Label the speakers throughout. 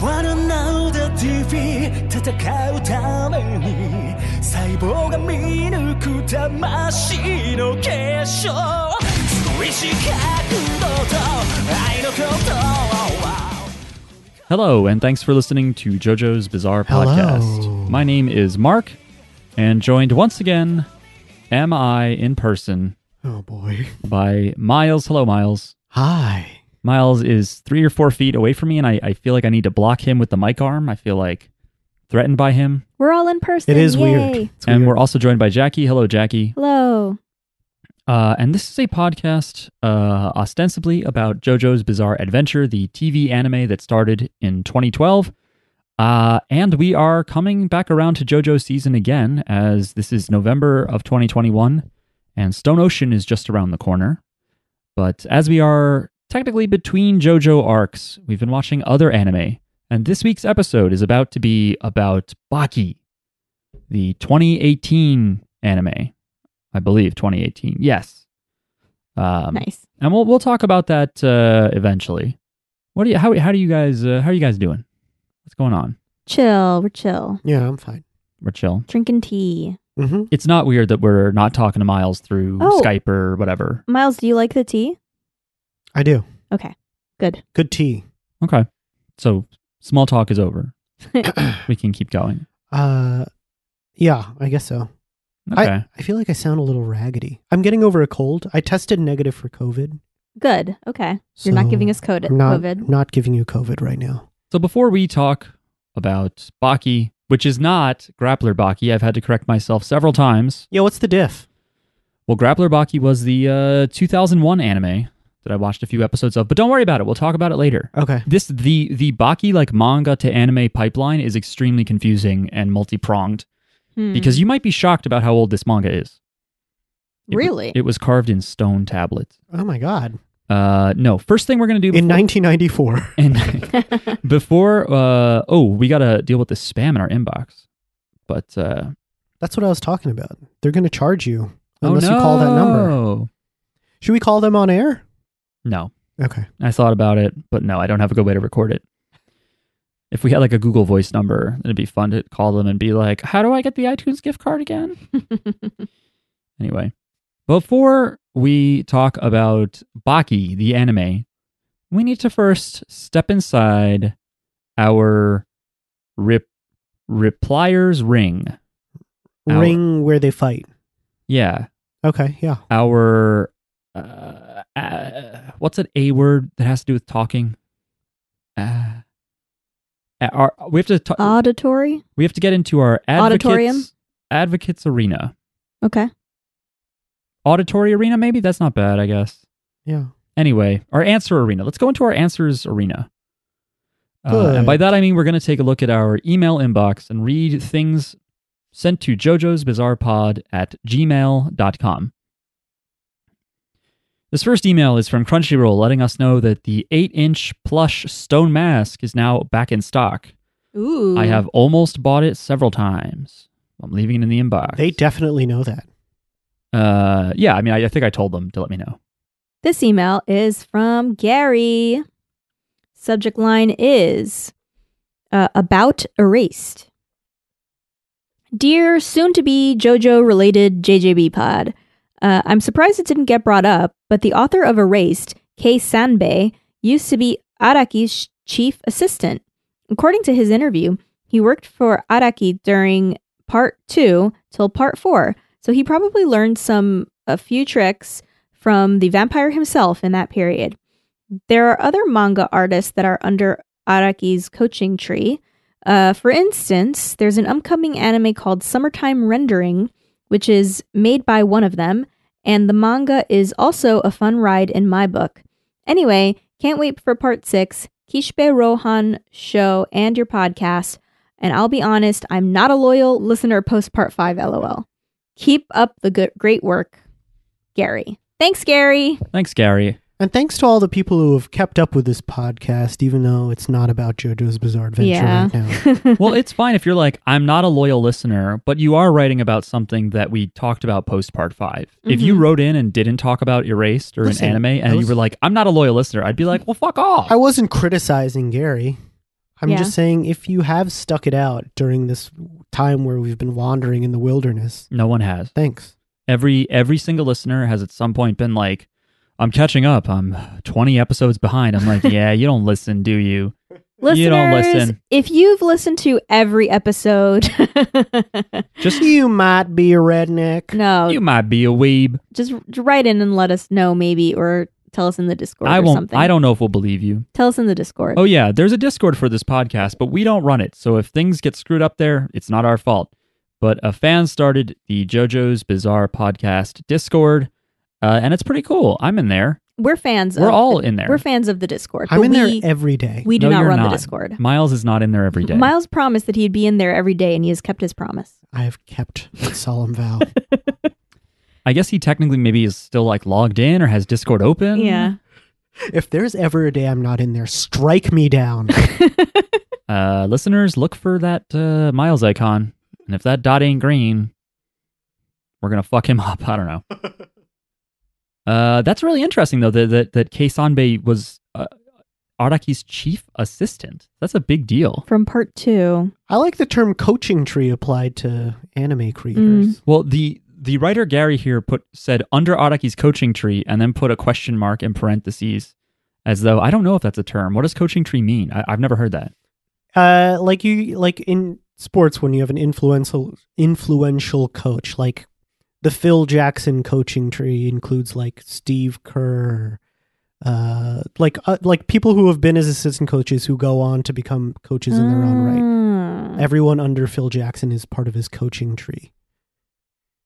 Speaker 1: 나는 나우다 TV 戦うために細胞が見抜く魂の結晶美し角度と愛のことを
Speaker 2: Hello, and thanks for listening to JoJo's Bizarre Podcast. My name is Mark, and joined once again, am I in person,
Speaker 3: Oh boy.
Speaker 2: by Miles. Hello, Miles.
Speaker 3: Hi.
Speaker 2: Miles is three or four feet away from me, and I, I feel like I need to block him with the mic arm. I feel like threatened by him.
Speaker 4: We're all in person.
Speaker 3: It is
Speaker 4: Yay.
Speaker 3: weird. It's
Speaker 2: and
Speaker 3: weird.
Speaker 2: we're also joined by Jackie. Hello, Jackie.
Speaker 4: Hello.
Speaker 2: Uh, and this is a podcast uh, ostensibly about JoJo's Bizarre Adventure, the TV anime that started in 2012. Uh, and we are coming back around to JoJo season again, as this is November of 2021, and Stone Ocean is just around the corner. But as we are technically between JoJo arcs, we've been watching other anime, and this week's episode is about to be about Baki, the 2018 anime, I believe 2018. Yes. Um,
Speaker 4: nice.
Speaker 2: And we'll we'll talk about that uh, eventually. What do you how how do you guys uh, how are you guys doing? What's going on?
Speaker 4: Chill. We're chill.
Speaker 3: yeah, I'm fine.
Speaker 2: We're chill.
Speaker 4: Drinking tea.
Speaker 3: Mm-hmm.
Speaker 2: It's not weird that we're not talking to Miles through
Speaker 4: Oh.
Speaker 2: Skype or whatever.
Speaker 4: Miles, do you like the tea?
Speaker 3: I do.
Speaker 4: Okay. Good.
Speaker 3: Good tea.
Speaker 2: Okay. So small talk is over. we can keep going.
Speaker 3: Uh yeah, I guess so.
Speaker 2: Okay.
Speaker 3: I feel like I sound a little raggedy. I'm getting over a cold. I tested negative for COVID.
Speaker 4: Good. Okay. You're not
Speaker 3: so
Speaker 4: giving us code-
Speaker 3: I'm not,
Speaker 4: COVID.
Speaker 3: Not giving you COVID right now.
Speaker 2: So before we talk about Baki, which is not Grappler Baki, I've had to correct myself several times.
Speaker 3: Yeah, what's the diff?
Speaker 2: Well, Grappler Baki was the uh, 2001 anime that I watched a few episodes of, but don't worry about it. We'll talk about it later.
Speaker 3: Okay.
Speaker 2: This the the Baki like manga to anime pipeline is extremely confusing and multi-pronged
Speaker 4: Hmm.
Speaker 2: because you might be shocked about how old this manga is. It-
Speaker 4: really?
Speaker 2: It was carved in stone tablets.
Speaker 3: Oh my god.
Speaker 2: Uh no, first thing we're going to do
Speaker 3: In 1994.
Speaker 2: and before uh oh, we got to deal with the spam in our inbox. But uh
Speaker 3: That's what I was talking about. They're going to charge you unless you call that number.
Speaker 2: Oh, no.
Speaker 3: Should we call them on air?
Speaker 2: No.
Speaker 3: Okay.
Speaker 2: I thought about it, but no, I don't have a good way to record it. If we had like a Google Voice number, it'd be fun to call them and be like, "How do I get the iTunes gift card again?" Anyway, before we talk about Baki, the anime, we need to first step inside our rip replier's ring. Our-
Speaker 3: Ring where they fight.
Speaker 2: Yeah,
Speaker 3: Okay, yeah.
Speaker 2: our uh, uh, what's an a word that has to do with talking? Uh, uh, our, we have to ta-
Speaker 4: Auditory.
Speaker 2: we have to get into our advocates,
Speaker 4: Uh, Auditorium?
Speaker 2: advocates arena,
Speaker 4: Okay.
Speaker 2: auditory arena. Maybe that's not bad, I guess.
Speaker 3: Yeah.
Speaker 2: Anyway, our answer arena. Let's go into our answers arena. Uh, and
Speaker 3: Good.
Speaker 2: by that, I mean we're going to take a look at our email inbox and read things sent to JoJo's Bizarre Pod at gmail.com. This first email is from Crunchyroll letting us know that the 8 inch plush stone mask is now back in stock.
Speaker 4: Ooh.
Speaker 2: I have almost bought it several times. I'm leaving it in the inbox.
Speaker 3: They definitely know that.
Speaker 2: uh, yeah, I mean, I, I think I told them to let me know.
Speaker 4: This email is from Gary. Subject line is uh, About Erased. Dear soon to be JoJo related JJB pod, uh, I'm surprised it didn't get brought up, but the author of Erased, Kei Sanbei, used to be Araki's chief assistant. According to his interview, he worked for Araki during part two till part four, so he probably learned some a few tricks from the vampire himself in that period. There are other manga artists that are under Araki's coaching tree. Uh, for instance, there's an upcoming anime called Summertime Rendering, which is made by one of them, and the manga is also a fun ride in my book. Anyway, can't wait for part six, Kishbe Rohan show, and your podcast. And I'll be honest, I'm not a loyal listener post part five, lol. Keep up the good, great work, Gary. Thanks, Gary.
Speaker 2: Thanks, Gary.
Speaker 3: And thanks to all the people who have kept up with this podcast, even though it's not about JoJo's Bizarre Adventure
Speaker 4: Yeah.
Speaker 3: right now.
Speaker 2: well, it's fine if you're like, I'm not a loyal listener, but you are writing about something that we talked about post part 5 If you
Speaker 4: Mhm.
Speaker 2: wrote in and didn't talk about Erased or
Speaker 3: Mm-hmm. Listen,
Speaker 2: an anime
Speaker 3: I
Speaker 2: and you
Speaker 3: was-
Speaker 2: were like, I'm not a loyal listener, I'd be like, well, fuck off.
Speaker 3: I wasn't criticizing Gary. I'm
Speaker 4: Yeah.
Speaker 3: just saying, if you have stuck it out during this time where we've been wandering in the wilderness,
Speaker 2: No one has.
Speaker 3: thanks.
Speaker 2: Every every single listener has at some point been like, "I'm catching up. I'm 20 episodes behind." I'm like, "Yeah, you don't listen, do you?"
Speaker 4: Listeners,
Speaker 2: You don't listen.
Speaker 4: if you've listened to every episode,
Speaker 2: Just
Speaker 3: You might be a redneck.
Speaker 4: no,
Speaker 2: you might be a weeb.
Speaker 4: just write in and let us know, maybe, or tell us in the Discord
Speaker 2: I
Speaker 4: or
Speaker 2: won't.
Speaker 4: something.
Speaker 2: I don't know if we'll believe you.
Speaker 4: Tell us in the Discord.
Speaker 2: Oh yeah, there's a Discord for this podcast, but we don't run it. So if things get screwed up there, it's not our fault. But a fan started the JoJo's Bizarre Podcast Discord, uh, and it's pretty cool. I'm in there.
Speaker 4: We're fans.
Speaker 2: We're
Speaker 4: of
Speaker 2: all
Speaker 4: the-
Speaker 2: in there.
Speaker 4: We're fans of the Discord.
Speaker 3: I'm
Speaker 4: but
Speaker 3: in
Speaker 4: we,
Speaker 3: there every day.
Speaker 4: We do
Speaker 2: No,
Speaker 4: not
Speaker 2: you're
Speaker 4: run
Speaker 2: not.
Speaker 4: the Discord.
Speaker 2: Miles is not in there every day.
Speaker 4: Miles promised that he'd be in there every day, and he has kept his promise.
Speaker 3: I have kept that solemn vow.
Speaker 2: I guess he technically maybe is still like logged in or has Discord open.
Speaker 3: if there's ever a day I'm not in there, strike me down.
Speaker 2: Uh, listeners, look for that uh, Miles icon, and if that dot ain't green, we're gonna fuck him up. I don't know. uh, that's really interesting though. That that, that Kei Sanbei was uh, Araki's chief assistant. That's a big deal.
Speaker 4: From part two.
Speaker 3: I like the term coaching tree applied to anime creators.
Speaker 2: Well, the the writer Gary here put said under Araki's coaching tree, and then put a question mark in parentheses, as though I don't know if that's a term. What does coaching tree mean? I, I've never heard that.
Speaker 3: Uh, like you, like in sports, when you have an influential influential coach, like the Phil Jackson coaching tree includes like Steve Kerr, uh, like uh, like people who have been as assistant coaches who go on to become coaches in their own right.
Speaker 4: Ah.
Speaker 3: Everyone under Phil Jackson is part of his coaching tree.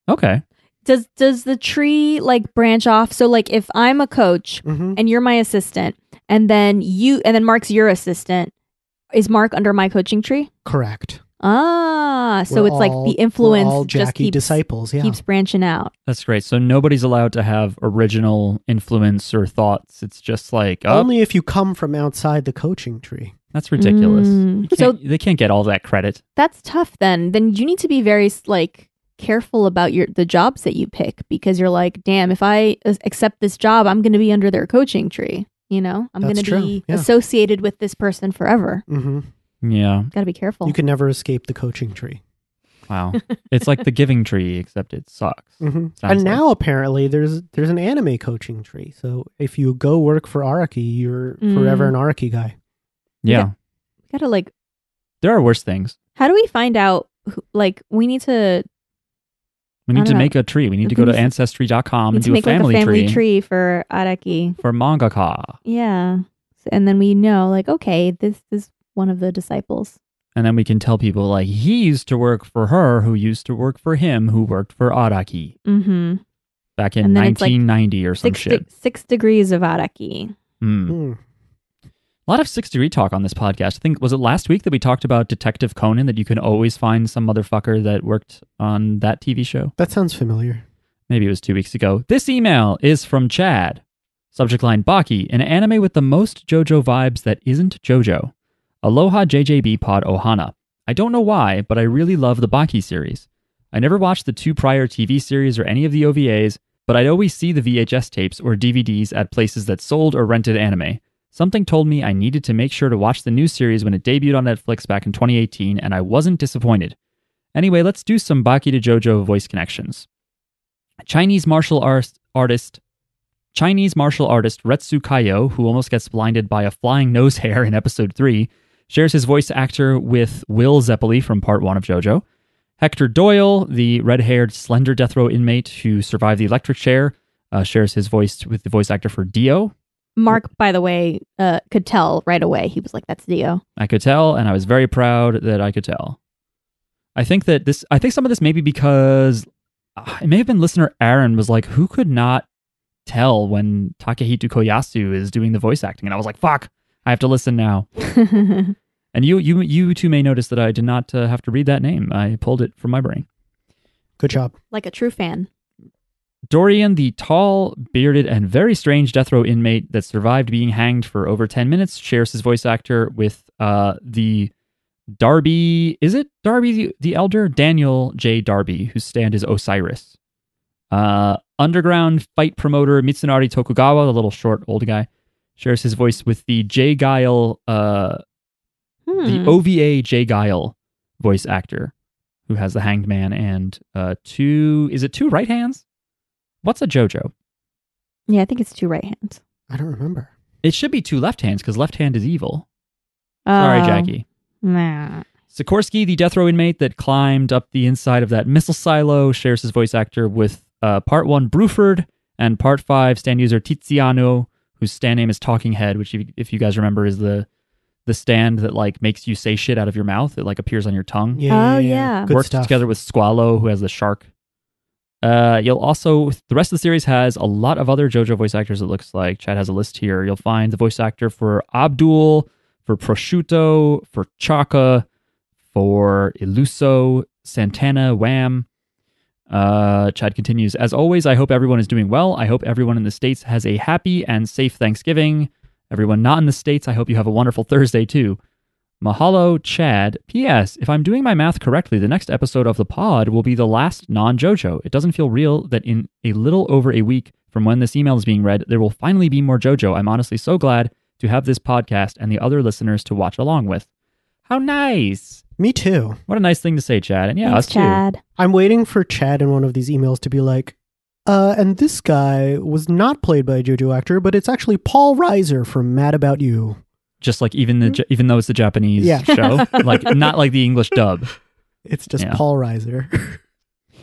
Speaker 2: Okay.
Speaker 4: Does does the tree like branch off? So like if I'm a coach
Speaker 3: hmm
Speaker 4: and you're my assistant, and then you and then Mark's your assistant, is Mark under my coaching tree?
Speaker 3: Correct.
Speaker 4: Ah, so
Speaker 3: We're
Speaker 4: it's like
Speaker 3: all-
Speaker 4: the
Speaker 3: we're all
Speaker 4: influence
Speaker 3: Jackie
Speaker 4: just keeps
Speaker 3: disciples. Yeah.
Speaker 4: keeps branching out.
Speaker 2: That's great. So nobody's allowed to have original influence or thoughts. It's just like, oh,
Speaker 3: Only if you come from outside the coaching tree.
Speaker 2: that's ridiculous.
Speaker 4: Mm.
Speaker 2: You can't-
Speaker 4: So-
Speaker 2: they can't get all that credit.
Speaker 4: That's tough. Then then you need to be very like careful about your the jobs that you pick because you're like, damn, if I uh, accept this job, I'm going to be under their coaching tree. You know, I'm going
Speaker 3: That's
Speaker 4: to
Speaker 3: true,
Speaker 4: be
Speaker 3: yeah.
Speaker 4: associated with this person forever.
Speaker 3: hmm
Speaker 2: Yeah.
Speaker 4: Got to be careful.
Speaker 3: You can never escape the coaching tree.
Speaker 2: Wow. it's like the giving tree, except it sucks.
Speaker 4: Mm. Mm-hmm.
Speaker 3: hmm
Speaker 2: Sounds
Speaker 3: And
Speaker 2: like-
Speaker 3: now apparently there's there's an anime coaching tree. So if you go work for Araki, you're
Speaker 4: Mm.
Speaker 3: forever an Araki guy.
Speaker 2: Yeah.
Speaker 4: Got to like
Speaker 2: There are worse things.
Speaker 4: How do we find out? Who, like, we need to
Speaker 2: We
Speaker 4: I
Speaker 2: need
Speaker 4: don't
Speaker 2: to
Speaker 4: know.
Speaker 2: make a tree. We need to
Speaker 4: We
Speaker 2: go to
Speaker 4: need to-
Speaker 2: ancestry.com
Speaker 4: need
Speaker 2: and
Speaker 4: to
Speaker 2: do a
Speaker 4: make
Speaker 2: family,
Speaker 4: like a family
Speaker 2: tree,
Speaker 4: tree. for Araki.
Speaker 2: for mangaka.
Speaker 4: Yeah, So- and then we know like, okay, this is one of the disciples.
Speaker 2: And then we can tell people, like, he used to work for her, who used to work for him, who worked for Araki
Speaker 4: Mm-hmm.
Speaker 2: back in
Speaker 4: And then it's like
Speaker 2: 1990 or some
Speaker 4: Six
Speaker 2: shit.
Speaker 4: de- six degrees of Araki.
Speaker 2: Hmm.
Speaker 3: Mm.
Speaker 2: A lot of six degree talk on this podcast. I think was it last week that we talked about Detective Conan that you can always find some motherfucker that worked on that TV show.
Speaker 3: That sounds familiar.
Speaker 2: Maybe it was two weeks ago. This email is from Chad. Subject line Baki, an anime with the most JoJo vibes that isn't JoJo. Aloha JJB Pod Ohana. I don't know why, but I really love the Baki series. I never watched the two prior TV series or any of the OVAs, but I'd always see the VHS tapes or DVDs at places that sold or rented anime. Something told me I needed to make sure to watch the new series when it debuted on Netflix back in 2018, and I wasn't disappointed. Anyway, let's do some Baki to JoJo voice connections. Chinese martial arts artist Chinese martial artist Retsu Kayo, who almost gets blinded by a flying nose hair in episode 3, shares his voice actor with Will Zeppeli from part 1 of JoJo. Hector Doyle, the red-haired slender death row inmate who survived the electric chair, uh, shares his voice with the voice actor for Dio.
Speaker 4: Mark, by the way, uh, could tell right away. He was like, "That's Dio."
Speaker 2: I could tell, and I was very proud that I could tell. I think that this, I think some of this may be because uh, it may have been listener Aaron was like, who could not tell when Takehitu Koyasu is doing the voice acting? And I was like, fuck, I have to listen now. And you, you, you too may notice that I did not uh, have to read that name. I pulled it from my brain.
Speaker 3: Good job.
Speaker 4: like a true fan.
Speaker 2: Dorian, the tall, bearded, and very strange death row inmate that survived being hanged for over 10 minutes, shares his voice actor with uh, the Darby. Is it Darby the, the Elder? Daniel J. Darby, whose stand is Osiris. Uh, underground fight promoter Mitsunari Tokugawa, the little short old guy, shares his voice with the J. Guile uh,
Speaker 4: Hmm.
Speaker 2: the OVA Jay Guile voice actor who has the hanged man and uh, two is it two right hands? What's a JoJo?
Speaker 4: yeah, I think it's two right hands.
Speaker 3: I don't remember.
Speaker 2: It should be two left hands because left hand is evil. Sorry,
Speaker 4: Oh,
Speaker 2: Jackie.
Speaker 4: Nah.
Speaker 2: Sikorsky, the death row inmate that climbed up the inside of that missile silo, shares his voice actor with uh, part one Bruford and part five stand user Tiziano, whose stand name is Talking Head, which if, if you guys remember is the the stand that like makes you say shit out of your mouth. It like appears on your tongue.
Speaker 3: Yeah.
Speaker 4: Oh,
Speaker 3: yeah,
Speaker 4: yeah.
Speaker 3: Good
Speaker 2: works
Speaker 3: stuff.
Speaker 2: Hmm. together with Squallow, who has the shark. Uh, you'll also the rest of the series has a lot of other JoJo voice actors. It looks like Chad has a list here. You'll find the voice actor for Abdul, for Prosciutto, for Chaka, for Iluso, Santana, Wham. Uh, Chad continues. As always, I hope everyone is doing well. I hope everyone in the states has a happy and safe Thanksgiving. Everyone not in the states, I hope you have a wonderful Thursday too. Mahalo, Chad. P.S. If I'm doing my math correctly, the next episode of the pod will be the last non JoJo. It doesn't feel real that in a little over a week from when this email is being read, there will finally be more JoJo. I'm honestly so glad to have this podcast and the other listeners to watch along with. How nice.
Speaker 3: Me too.
Speaker 2: What a nice thing to say, Chad. And yeah,
Speaker 4: Thanks,
Speaker 2: us
Speaker 4: Chad.
Speaker 3: I'm waiting for Chad in one of these emails to be like, uh, and this guy was not played by a JoJo actor, but it's actually Paul Reiser from Mad About You.
Speaker 2: too. Just like even
Speaker 4: Mm-hmm.
Speaker 2: the even though it's the Japanese
Speaker 3: Yeah.
Speaker 2: show, like not like the English dub.
Speaker 3: It's just
Speaker 2: Yeah.
Speaker 3: Paul Reiser.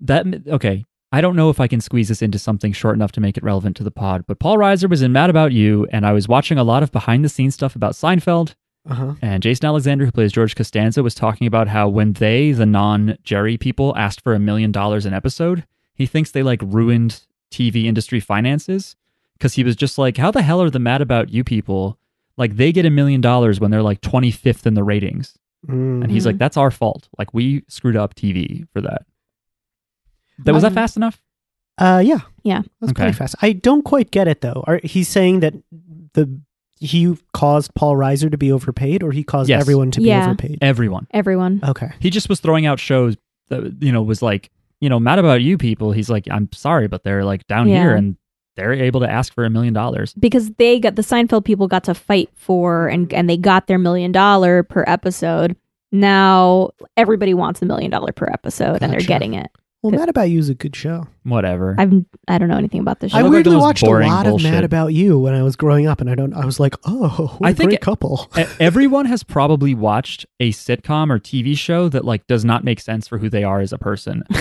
Speaker 2: That okay. I don't know if I can squeeze this into something short enough to make it relevant to the pod, but Paul Reiser was in Mad About You, and I was watching a lot of behind the scenes stuff about Seinfeld.
Speaker 3: uh huh.
Speaker 2: And Jason Alexander, who plays George Costanza, was talking about how when they, the non Jerry people, asked for a million dollars an episode, he thinks they like ruined TV industry finances because he was just like, how the hell are the Mad About You people? Like, they get a million dollars when they're like 25th in the ratings.
Speaker 4: Mm.
Speaker 2: And he's
Speaker 4: Mm-hmm.
Speaker 2: like, that's our fault. Like, we screwed up TV for that. That was that
Speaker 4: Um,
Speaker 2: fast enough?
Speaker 3: Uh, yeah.
Speaker 4: Yeah.
Speaker 3: That's
Speaker 2: Okay.
Speaker 3: pretty fast. I don't quite get it though. Are, he's saying that the he caused Paul Reiser to be overpaid, or he caused
Speaker 2: Yes.
Speaker 3: everyone to be
Speaker 4: Yeah.
Speaker 3: overpaid.
Speaker 2: Everyone.
Speaker 4: Everyone.
Speaker 3: Okay.
Speaker 2: He just was throwing out shows that, you know, was like, you know, mad about you people. He's like, I'm sorry, but they're like down
Speaker 4: Yeah.
Speaker 2: here and they're able to ask for a million dollars.
Speaker 4: because they got the Seinfeld people got to fight for and and they got their million dollar per episode. Now everybody wants the million dollar per episode and they're
Speaker 3: Gotcha.
Speaker 4: getting it.
Speaker 3: Well, Mad About You is a good show.
Speaker 2: Whatever.
Speaker 4: I've I don't know anything about this
Speaker 3: I,
Speaker 2: I
Speaker 4: show.
Speaker 2: look like the
Speaker 3: weirdly
Speaker 2: most
Speaker 3: watched a
Speaker 2: boring
Speaker 3: lot of
Speaker 2: bullshit.
Speaker 3: Mad About You when I was growing up, and I don't. I was like, oh, what a
Speaker 2: I think
Speaker 3: great
Speaker 2: it-
Speaker 3: couple.
Speaker 2: E- Everyone has probably watched a sitcom or TV show that like does not make sense for who they are as a person.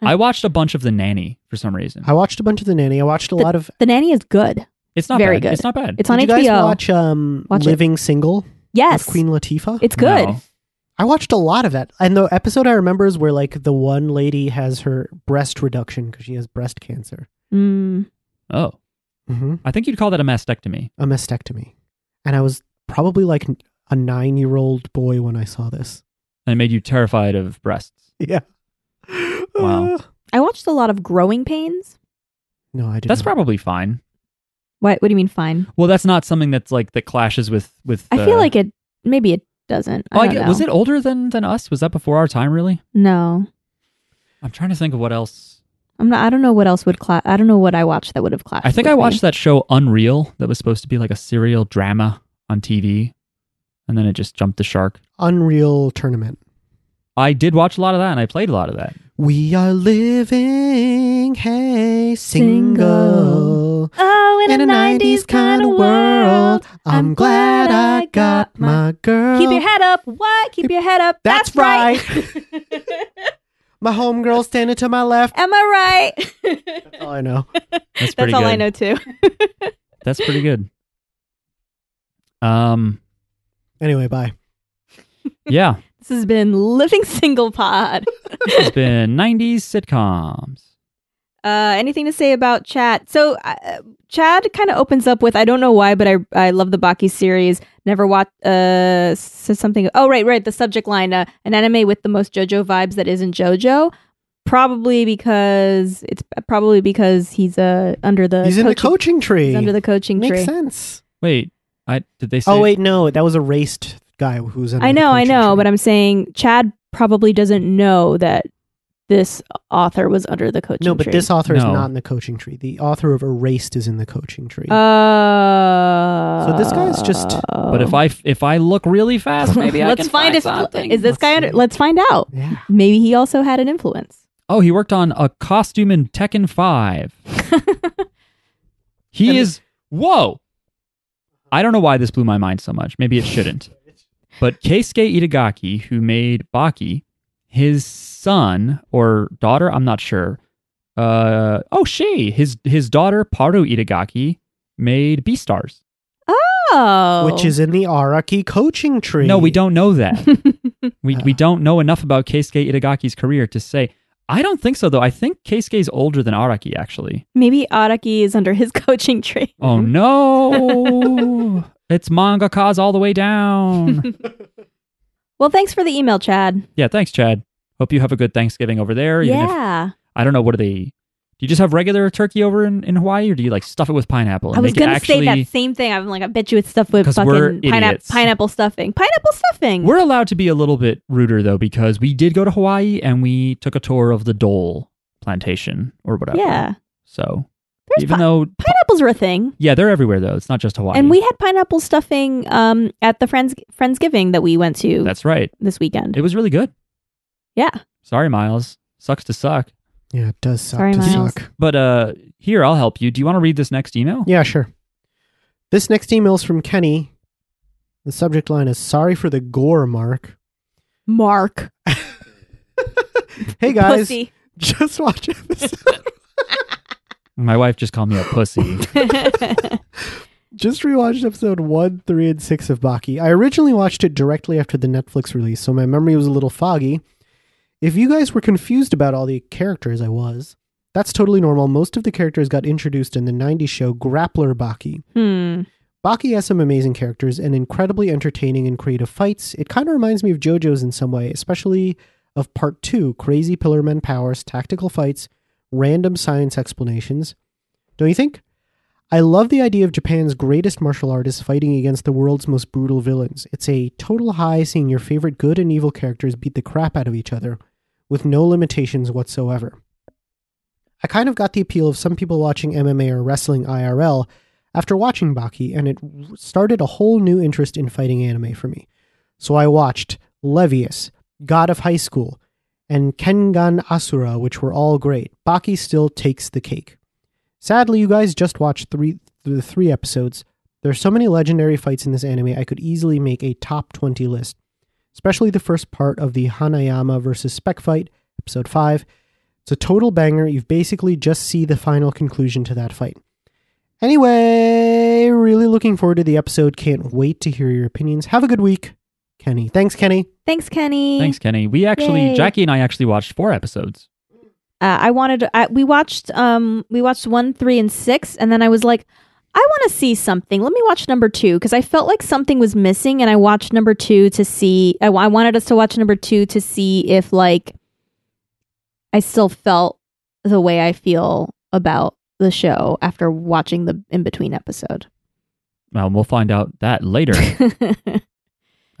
Speaker 2: I watched a bunch of The Nanny for some reason.
Speaker 3: I watched a bunch of The Nanny. I watched a lot of.
Speaker 4: the nanny is good.
Speaker 2: It's not
Speaker 4: Very
Speaker 2: bad.
Speaker 4: good.
Speaker 2: It's not bad.
Speaker 4: It's on
Speaker 3: Did
Speaker 4: HBO.
Speaker 3: you guys watch um
Speaker 4: Watch it.
Speaker 3: Living Single
Speaker 4: yes,
Speaker 3: with Queen Latifah?
Speaker 4: it's good.
Speaker 2: No.
Speaker 3: I watched a lot of that. And the episode I remember is where like the one lady has her breast reduction because she has breast cancer.
Speaker 4: Mm,
Speaker 2: Oh,
Speaker 3: hmm
Speaker 2: I think you'd call that a mastectomy.
Speaker 3: A mastectomy. And I was probably like n- a nine year old boy when I saw this.
Speaker 2: And it made you terrified of breasts.
Speaker 3: Yeah.
Speaker 2: Wow.
Speaker 3: Uh,
Speaker 4: I watched a lot of Growing Pains.
Speaker 3: no, I didn't.
Speaker 2: That's probably fine.
Speaker 4: What What do you mean? Fine.
Speaker 2: Well, that's not something that's like that clashes with with.
Speaker 4: I feel like it. Maybe it doesn't. I
Speaker 2: Oh, I
Speaker 4: don't
Speaker 2: get-
Speaker 4: know.
Speaker 2: was it older than than us? Was that before our time? Really?
Speaker 4: No,
Speaker 2: I'm trying to think of what else.
Speaker 4: I'm not. I don't know what else would class. I don't know what I watched that would have clashed.
Speaker 2: I think
Speaker 4: with
Speaker 2: I
Speaker 4: me.
Speaker 2: watched that show Unreal that was supposed to be like a serial drama on TV, and then it just jumped the shark.
Speaker 3: Unreal Tournament.
Speaker 2: I did watch a lot of that, and I played a lot of that.
Speaker 3: We are living, hey,
Speaker 4: Single.
Speaker 3: single.
Speaker 4: Oh, in,
Speaker 3: In a 90s kind of world, I'm glad I got my girl.
Speaker 4: Keep your head up. What? Keep your head up.
Speaker 3: That's My homegirl standing to my left.
Speaker 4: Am I right?
Speaker 3: That's all I know.
Speaker 2: That's,
Speaker 4: That's
Speaker 2: pretty
Speaker 4: all
Speaker 2: good.
Speaker 4: I know too.
Speaker 2: That's pretty good. Um.
Speaker 3: Anyway, bye.
Speaker 2: Yeah.
Speaker 4: This has been Living Single Pod.
Speaker 2: It's been 90s sitcoms.
Speaker 4: Uh, anything to say about Chad? So uh, Chad kind of opens up with I don't know why, but I I love the Baki series. Never watched uh says something. Oh right, right. The subject line: uh, an anime with the most JoJo vibes that isn't JoJo. Probably because it's uh, probably because he's uh under the
Speaker 3: He's in the
Speaker 4: coaching-
Speaker 3: coaching tree.
Speaker 4: he's under the coaching
Speaker 3: Makes
Speaker 4: tree.
Speaker 3: sense.
Speaker 2: Wait, I did they say?
Speaker 3: Oh wait, no, that was a raced guy who's. Under
Speaker 4: I
Speaker 3: the
Speaker 4: know, I
Speaker 3: coaching
Speaker 4: know,
Speaker 3: tree.
Speaker 4: but I'm saying Chad probably doesn't know that this author was under the coaching
Speaker 3: No, but
Speaker 4: tree.
Speaker 3: this author is
Speaker 2: No.
Speaker 3: not in the coaching tree. The author of Erased is in the coaching tree.
Speaker 4: Oh. Uh,
Speaker 3: So this guy's just-
Speaker 2: But if I if I look really fast, maybe I
Speaker 4: let's
Speaker 2: can
Speaker 4: find,
Speaker 2: find,
Speaker 4: if
Speaker 2: something.
Speaker 4: is this
Speaker 3: Let's
Speaker 4: guy under,
Speaker 3: see.
Speaker 4: let's find out.
Speaker 3: yeah.
Speaker 4: Maybe he also had an influence.
Speaker 2: Oh, he worked on a costume in Tekken Five. he
Speaker 3: And it-
Speaker 2: is whoa. I don't know why this blew my mind so much. Maybe it shouldn't. But Keisuke Itagaki, who made Baki, his son or daughter, I'm not sure. Uh oh, she his his daughter Paru Itagaki made Beastars.
Speaker 4: Oh,
Speaker 3: Which is in the Araki coaching tree.
Speaker 2: No, we don't know that. we we don't know enough about Keisuke Itagaki's career to say. I don't think so though. I think Keisuke's older than Araki actually.
Speaker 4: maybe Araki is under his coaching tree.
Speaker 2: Oh no! it's manga cause all the way down.
Speaker 4: Well, thanks for the email, Chad.
Speaker 2: yeah, thanks, Chad. Hope you have a good Thanksgiving over there. Even if
Speaker 4: yeah.
Speaker 2: I don't know what do they. Do you just have regular turkey over in, in Hawaii, or do you like stuff it with pineapple? And
Speaker 4: I was
Speaker 2: make it
Speaker 4: gonna
Speaker 2: actually,
Speaker 4: say that same thing. I'm like, I bet you it's stuffed with
Speaker 2: 'Cause we're
Speaker 4: fucking pineapple
Speaker 2: idiots.
Speaker 4: pineapple stuffing. Pineapple stuffing.
Speaker 2: We're allowed to be a little bit ruder though, because we did go to Hawaii and we took a tour of the Dole plantation or whatever.
Speaker 4: yeah.
Speaker 2: So
Speaker 4: There's
Speaker 2: even
Speaker 4: pi-
Speaker 2: though
Speaker 4: pineapples are a thing.
Speaker 2: yeah, they're everywhere though. It's not just Hawaii.
Speaker 4: And we had pineapple stuffing um at the friends Friendsgiving that we went to
Speaker 2: That's right.
Speaker 4: this weekend.
Speaker 2: It was really good.
Speaker 4: yeah.
Speaker 2: Sorry, Miles. Sucks to suck.
Speaker 3: Yeah, it does suck
Speaker 4: Sorry,
Speaker 3: to
Speaker 4: Miles.
Speaker 3: suck.
Speaker 2: But uh here I'll help you. Do you want to read this next email?
Speaker 3: Yeah, sure. This next email is from Kenny. The subject line is "Sorry for the gore, Mark."
Speaker 4: Mark.
Speaker 3: Hey guys,
Speaker 4: Pussy.
Speaker 3: just watch episode.
Speaker 2: My wife just called me a pussy.
Speaker 3: Just rewatched episode 1, 3, and 6 of Baki. I originally watched it directly after the Netflix release, so my memory was a little foggy. If you guys were confused about all the characters, I was. That's totally normal. Most of the characters got introduced in the 90s show Grappler Baki.
Speaker 4: hmm.
Speaker 3: Baki has some amazing characters and incredibly entertaining and creative fights. It kind of reminds me of JoJo's in some way, especially of Part 2 Crazy Pillar Men Powers, Tactical Fights, Random Science Explanations. Don't you think? I love the idea of Japan's greatest martial artists fighting against the world's most brutal villains. It's a total high seeing your favorite good and evil characters beat the crap out of each other with no limitations whatsoever. I kind of got the appeal of some people watching MMA or wrestling IRL after watching Baki, and it started a whole new interest in fighting anime for me. So I watched Levius, God of High School, and Kengan Asura, which were all great. Baki still takes the cake. Sadly, you guys just watched three the three episodes. There are so many legendary fights in this anime, I could easily make a top 20 list, especially the first part of the Hanayama versus Spec fight, episode 5. It's a total banger. You basically just see the final conclusion to that fight. Anyway, really looking forward to the episode. Can't wait to hear your opinions. Have a good week, Kenny. Thanks, Kenny.
Speaker 4: Thanks, Kenny.
Speaker 2: Thanks, Kenny. We actually
Speaker 4: Yay.
Speaker 2: Jackie and I actually watched four episodes.
Speaker 4: Uh, I wanted. I, we watched. Um, we watched one, three, and six, and then I was like, I want to see something. Let me watch number two because I felt like something was missing, and I watched number two to see. I, I wanted us to watch number two to see if like I still felt the way I feel about the show after watching the in between episode.
Speaker 2: Well, we'll find out that later.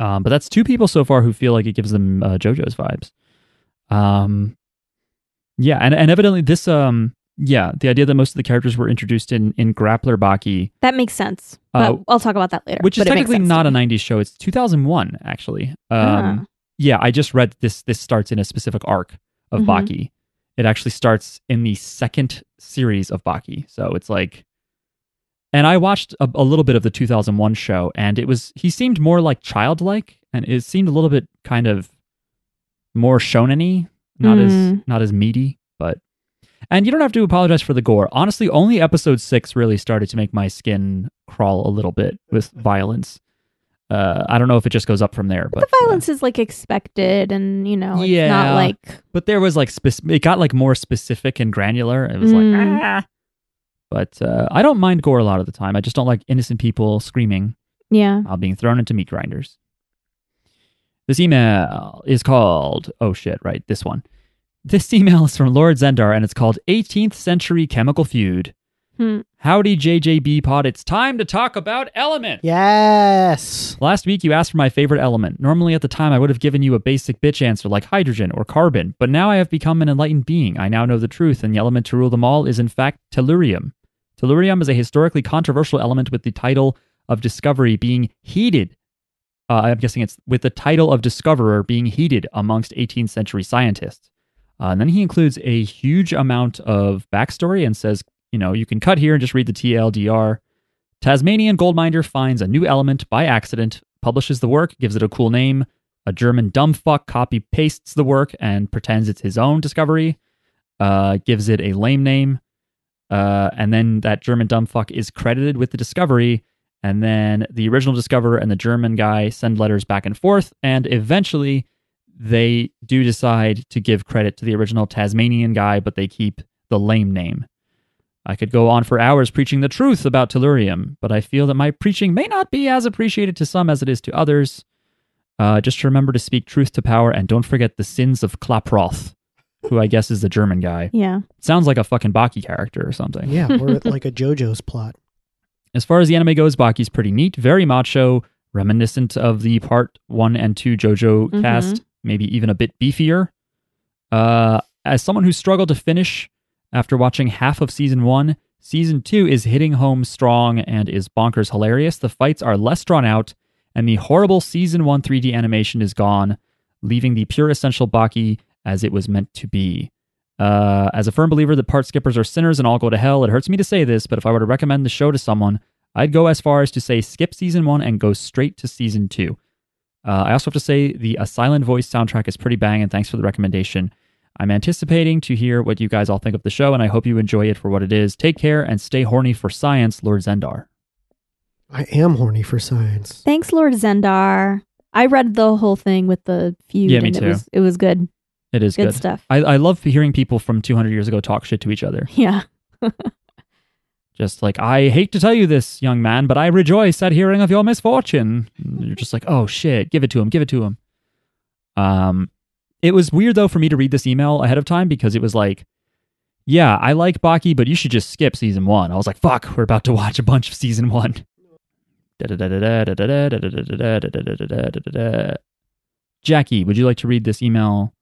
Speaker 2: um, but that's two people so far who feel like it gives them uh, JoJo's vibes. Um, yeah, and, and evidently this um yeah the idea that most of the characters were introduced in in Grappler Baki,
Speaker 4: that makes sense, but
Speaker 2: Uh,
Speaker 4: I'll talk about that later.
Speaker 2: which is
Speaker 4: but it makes
Speaker 2: technically
Speaker 4: sense
Speaker 2: not
Speaker 4: to
Speaker 2: a
Speaker 4: me.
Speaker 2: '90s show. It's 2001 actually. Um,
Speaker 4: Ah.
Speaker 2: yeah, I just read this. This starts in a specific arc of
Speaker 4: Mhm.
Speaker 2: Baki. It actually starts in the second series of Baki. So it's like, and I watched a, a little bit of the 2001 show, and it was he seemed more like childlike, and it seemed a little bit kind of more shoneny, not as
Speaker 4: Mm.
Speaker 2: not as meaty, but. And you don't have to apologize for the gore. Honestly, only episode six really started to make my skin crawl a little bit with violence. Uh, I don't know if it just goes up from there, but,
Speaker 4: The
Speaker 2: uh,
Speaker 4: violence is like expected, and you know, it's
Speaker 2: Yeah.
Speaker 4: not like
Speaker 2: but there was like spec- it got like more specific and granular. It was
Speaker 4: Mm.
Speaker 2: like ah. But uh, I don't mind gore a lot of the time. I just don't like innocent people screaming
Speaker 4: yeah.
Speaker 2: while being thrown into meat grinders. This email is called oh shit right this one. This email is from Lord Zendar and it's called 18th Century Chemical Feud.
Speaker 4: Hmm.
Speaker 2: Howdy, JJB Pod. It's time to talk about Element.
Speaker 3: Yes.
Speaker 2: Last week, you asked for my favorite element. Normally, at the time, I would have given you a basic bitch answer like hydrogen or carbon, but now I have become an enlightened being. I now know the truth, and the element to rule them all is, in fact, tellurium. Tellurium is a historically controversial element with the title of discovery being heated. Uh, I'm guessing it's with the title of discoverer being heated amongst 18th century scientists. Uh, and then he includes a huge amount of backstory and says, you know, you can cut here and just read the TLDR. Tasmanian goldminer finds a new element by accident, publishes the work, gives it a cool name. A German dumb fuck copy pastes the work and pretends it's his own discovery, uh, gives it a lame name. Uh, and then that German dumb fuck is credited with the discovery. And then the original discoverer and the German guy send letters back and forth. And eventually they do decide to give credit to the original Tasmanian guy, but they keep the lame name. I could go on for hours preaching the truth about tellurium, but I feel that my preaching may not be as appreciated to some as it is to others. Uh, just remember to speak truth to power and don't forget the sins of Klaproth, who I guess is the German guy.
Speaker 4: Yeah.
Speaker 2: Sounds like a fucking Baki character or something.
Speaker 3: Yeah, we're at like a JoJo's plot.
Speaker 2: As far as the anime goes, Baki's pretty neat, very macho, reminiscent of the part one and two JoJo
Speaker 4: Mhm.
Speaker 2: cast, maybe even a bit beefier. Uh, as someone who struggled to finish after watching half of season one, season two is hitting home strong and is bonkers hilarious. The fights are less drawn out, and the horrible season one 3D animation is gone, leaving the pure essential Baki as it was meant to be. Uh, as a firm believer that part skippers are sinners and all go to hell, it hurts me to say this, but if I were to recommend the show to someone, I'd go as far as to say skip season one and go straight to season two. Uh, I also have to say the A Silent Voice soundtrack is pretty bang, and thanks for the recommendation. I'm anticipating to hear what you guys all think of the show, and I hope you enjoy it for what it is. Take care and stay horny for science, Lord Zendar.
Speaker 3: I am horny for science.
Speaker 4: Thanks, Lord Zendar. I read the whole thing with the feud.
Speaker 2: Yeah, me
Speaker 4: and
Speaker 2: too.
Speaker 4: It was, it was good.
Speaker 2: It is
Speaker 4: Good,
Speaker 2: good.
Speaker 4: stuff.
Speaker 2: I, I love hearing people from 200 years ago talk shit to each other.
Speaker 4: yeah.
Speaker 2: Just like, I hate to tell you this, young man, but I rejoice at hearing of your misfortune. And you're just like, oh shit, give it to him, give it to him. Um, it was weird though for me to read this email ahead of time because it was like, yeah, I like Baki, but you should just skip season one. I was like, fuck, we're about to watch a bunch of season one. Jackie, would you like to read this email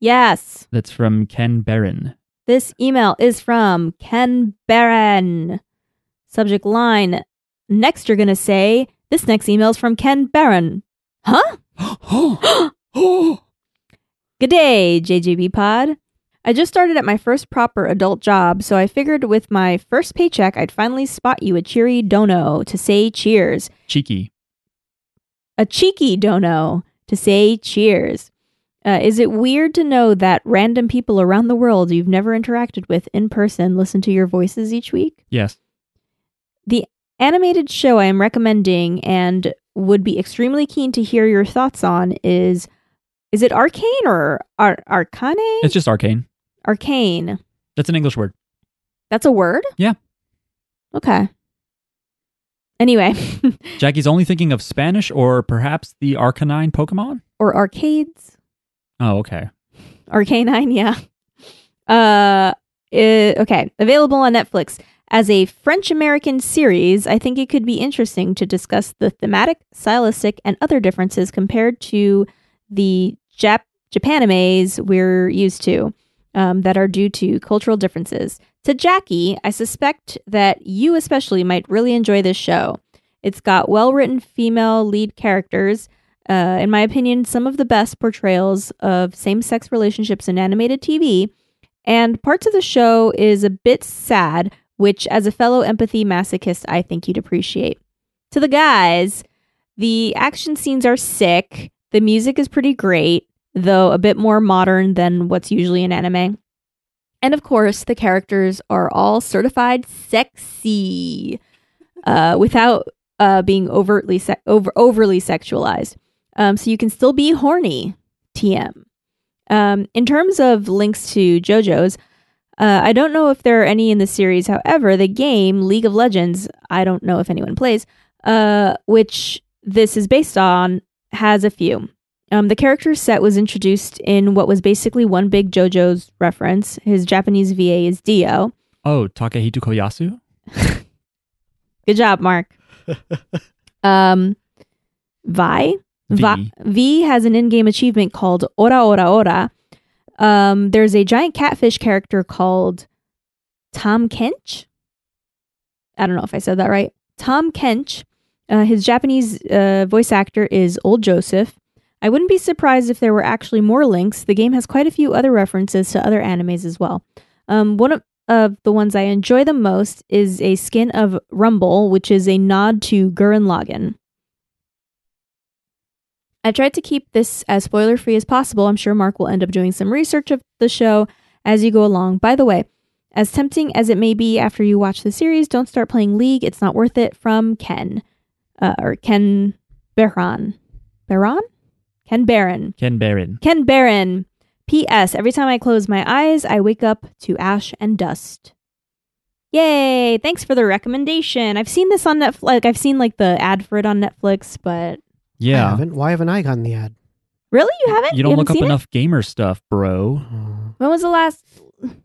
Speaker 4: Yes.
Speaker 2: that's from Ken Barron?
Speaker 4: This email is from Ken Barron. Subject line. Next, you're going to say, This next email's from Ken Barron. Huh? Good day, JJB Pod. I just started at my first proper adult job, so I figured with my first paycheck, I'd finally spot you a cheery dono to say cheers
Speaker 2: Cheeky.
Speaker 4: a cheeky dono to say cheers. Uh, is it weird to know that random people around the world you've never interacted with in person listen to your voices each week?
Speaker 2: Yes.
Speaker 4: Animated show I am recommending and would be extremely keen to hear your thoughts on is is it Arcane or Ar- Arcane?
Speaker 2: It's just arcane.
Speaker 4: Arcane.
Speaker 2: That's an English word.
Speaker 4: That's a word?
Speaker 2: Yeah.
Speaker 4: Okay. Anyway,
Speaker 2: Jackie's only thinking of Spanish or perhaps the Arcanine Pokemon?
Speaker 4: or arcades.
Speaker 2: Oh, okay.
Speaker 4: Arcanine, yeah. Uh, it- okay, available on Netflix. As a French American series, I think it could be interesting to discuss the thematic, stylistic, and other differences compared to the Jap- Japanimes we're used to um, that are due to cultural differences. To Jackie, I suspect that you especially might really enjoy this show. It's got well written female lead characters, uh, in my opinion, some of the best portrayals of same sex relationships in animated TV, and parts of the show is a bit sad, which, as a fellow empathy masochist, I think you'd appreciate. To the guys, the action scenes are sick, the music is pretty great, though a bit more modern than what's usually in anime. And of course, the characters are all certified sexy uh, without uh, being overtly se- over- overly sexualized um, so you can still be horny. TM. Um, in terms of links to JoJo's, uh, I don't know if there are any in the series. However, the game League of Legends, I don't know if anyone plays, uh, which this is based on, has a few. Um, the character set was introduced in what was basically one big JoJo's reference. His Japanese VA is Dio.
Speaker 2: Oh, Takehito Koyasu?
Speaker 4: Good job, Mark. um, Vi?
Speaker 2: V.
Speaker 4: Vi, v has an in-game achievement called Ora Ora Ora. Um, there's a giant catfish character called Tom Kench. I don't know if I said that right. Tom Kench. Uh, his Japanese uh, voice actor is Old Joseph. I wouldn't be surprised if there were actually more links. The game has quite a few other references to other animes as well. Um, one of, of the ones I enjoy the most is a skin of Rumble, which is a nod to Gurren Lagann. I've tried to keep this as spoiler free as possible. I'm sure Mark will end up doing some research of the show as you go along. By the way, as tempting as it may be after you watch the series, don't start playing League. It's not worth it. From Ken, uh, or Ken Baron, Baron, Ken Baron,
Speaker 2: Ken Baron.
Speaker 4: Ken Baron. P.S. Every time I close my eyes, I wake up to ash and dust. Yay! Thanks for the recommendation. I've seen this on Netflix. Like, I've seen like the ad for it on Netflix,
Speaker 3: I
Speaker 4: but
Speaker 2: Yeah.
Speaker 3: haven't. Why haven't I gotten the ad?
Speaker 4: really, you haven't?
Speaker 2: You don't
Speaker 4: haven't
Speaker 2: look up
Speaker 4: seen it?
Speaker 2: enough gamer stuff, bro.
Speaker 3: Oh.
Speaker 4: When was the last?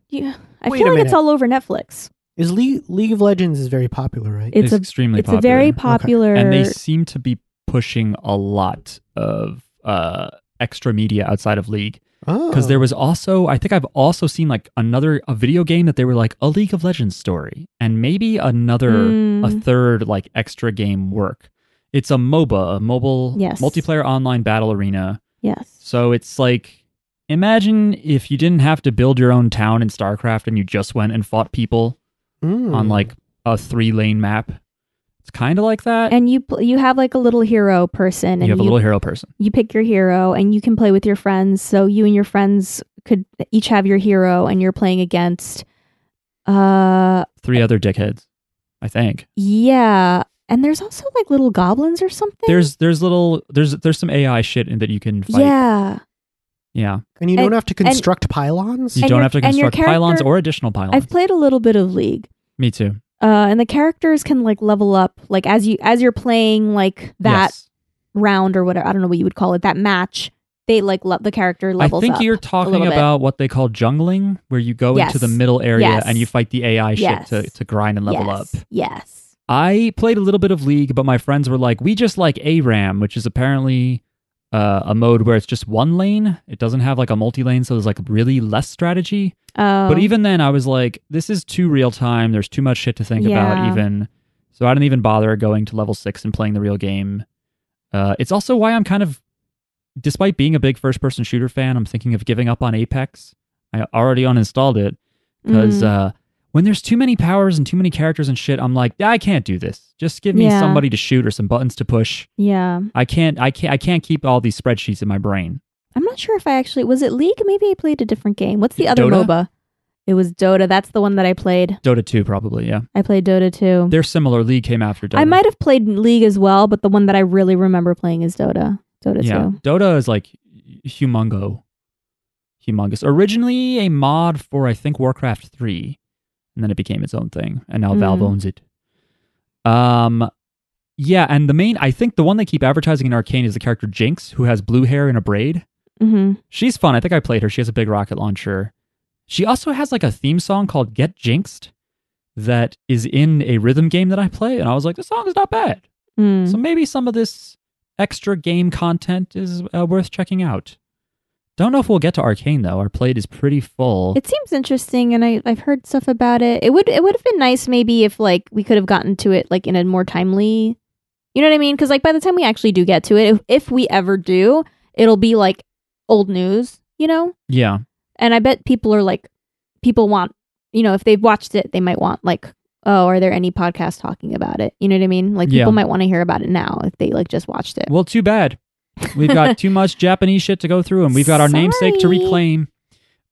Speaker 4: You, I
Speaker 3: Wait
Speaker 4: feel
Speaker 3: a
Speaker 4: like it's
Speaker 3: minute.
Speaker 4: all over Netflix.
Speaker 3: Is League, League of Legends is very popular, right?
Speaker 4: It's,
Speaker 2: It's,
Speaker 4: a
Speaker 2: extremely
Speaker 4: it's
Speaker 2: popular.
Speaker 4: a very popular.
Speaker 2: and they seem to be pushing a lot of uh extra media outside of League.
Speaker 3: oh,
Speaker 2: Because there was also I think I've also seen like another a video game that they were like a League of Legends story and maybe another
Speaker 4: Mm.
Speaker 2: a third like extra game work. It's a MOBA, a mobile
Speaker 4: Yes.
Speaker 2: multiplayer online battle arena.
Speaker 4: yes,
Speaker 2: So it's like imagine if you didn't have to build your own town in StarCraft and you just went and fought people
Speaker 3: Mm.
Speaker 2: on like a three lane map. It's kind of like that.
Speaker 4: and you pl- you have like a little hero person, and
Speaker 2: you have a little hero person.
Speaker 4: you pick your hero, and you can play with your friends. So you and your friends could each have your hero, and you're playing against. Uh,
Speaker 2: Three other dickheads, I think.
Speaker 4: yeah, and there's also like little goblins or something.
Speaker 2: There's there's little there's there's some AI shit in that you can fight.
Speaker 4: yeah.
Speaker 2: Yeah.
Speaker 3: and you don't
Speaker 4: and-
Speaker 3: have to construct pylons.
Speaker 2: You
Speaker 4: And
Speaker 2: don't
Speaker 4: your-
Speaker 2: have to
Speaker 4: and your
Speaker 2: construct pylons
Speaker 4: character-
Speaker 2: or additional pylons.
Speaker 4: I've played a little bit of League.
Speaker 2: Me too.
Speaker 4: uh, and the characters can like level up like as you as you're playing like that
Speaker 2: Yes.
Speaker 4: round or whatever i don't know what you would call it that match they like le- the character
Speaker 2: I
Speaker 4: levels
Speaker 2: think
Speaker 4: up
Speaker 2: you're
Speaker 4: little
Speaker 2: talking
Speaker 4: bit.
Speaker 2: about what they call jungling, where you go into the
Speaker 4: Yes.
Speaker 2: middle area
Speaker 4: Yes.
Speaker 2: and you fight the AI
Speaker 4: Yes.
Speaker 2: shit to, to grind and level
Speaker 4: yes.
Speaker 2: up.
Speaker 4: yes
Speaker 2: I played a little bit of League, but my friends were like, "We just like ARAM, which is apparently uh, a mode where it's just one lane. It doesn't have like a multi-lane, so there's like really less strategy."
Speaker 4: um,
Speaker 2: But even then, I was like, "This is too real time. There's too much shit to think about."
Speaker 4: Yeah.
Speaker 2: Even so, I didn't even bother going to level six and playing the real game. Uh, it's also why I'm kind of, despite being a big first-person shooter fan, I'm thinking of giving up on Apex. I already uninstalled it because
Speaker 4: mm,
Speaker 2: uh, when there's too many powers and too many characters and shit, I'm like, I can't do this. Just give me
Speaker 4: Yeah.
Speaker 2: somebody to shoot or some buttons to push.
Speaker 4: yeah
Speaker 2: I can't, I can't, I can't keep all these spreadsheets in my brain.
Speaker 4: i'm not sure if i actually was it league maybe i played a different game what's the other
Speaker 2: Dota?
Speaker 4: moba it was dota that's the one that i played
Speaker 2: Dota two, probably, yeah.
Speaker 4: i played dota too
Speaker 2: They're similar. League came after Dota.
Speaker 4: i might have played league as well but the one that i really remember playing is dota dota
Speaker 2: yeah.
Speaker 4: 2
Speaker 2: Dota is like humongo, humongous. Originally a mod for I think Warcraft three, and then it became its own thing, and now Valve
Speaker 4: Mm.
Speaker 2: owns it. Um, yeah, and the main I think the one they keep advertising in Arcane is the character Jinx, who has blue hair and a braid.
Speaker 4: mm-hmm.
Speaker 2: She's fun. I think I played her. She has a big rocket launcher. She also has like a theme song called Get Jinxed that is in a rhythm game that I play. And I was like, this song is not bad.
Speaker 4: mm.
Speaker 2: So maybe some of this extra game content is uh, worth checking out. Don't know if we'll get to Arcane though. Our plate is pretty full.
Speaker 4: It seems interesting, and I, I've heard stuff about it. It would it would have been nice maybe if like we could have gotten to it like in a more timely, you know what I mean? Because like by the time we actually do get to it, if, if we ever do, it'll be like old news, you know.
Speaker 2: yeah.
Speaker 4: And I bet people are like, people want, you know, if they've watched it, they might want like, oh, are there any podcasts talking about it? You know what I mean? Like
Speaker 2: Yeah.
Speaker 4: people might want to hear about it now if they like just watched it.
Speaker 2: Well, too bad. We've got too much Japanese shit to go through, and we've got our namesake to
Speaker 4: Sorry.
Speaker 2: reclaim.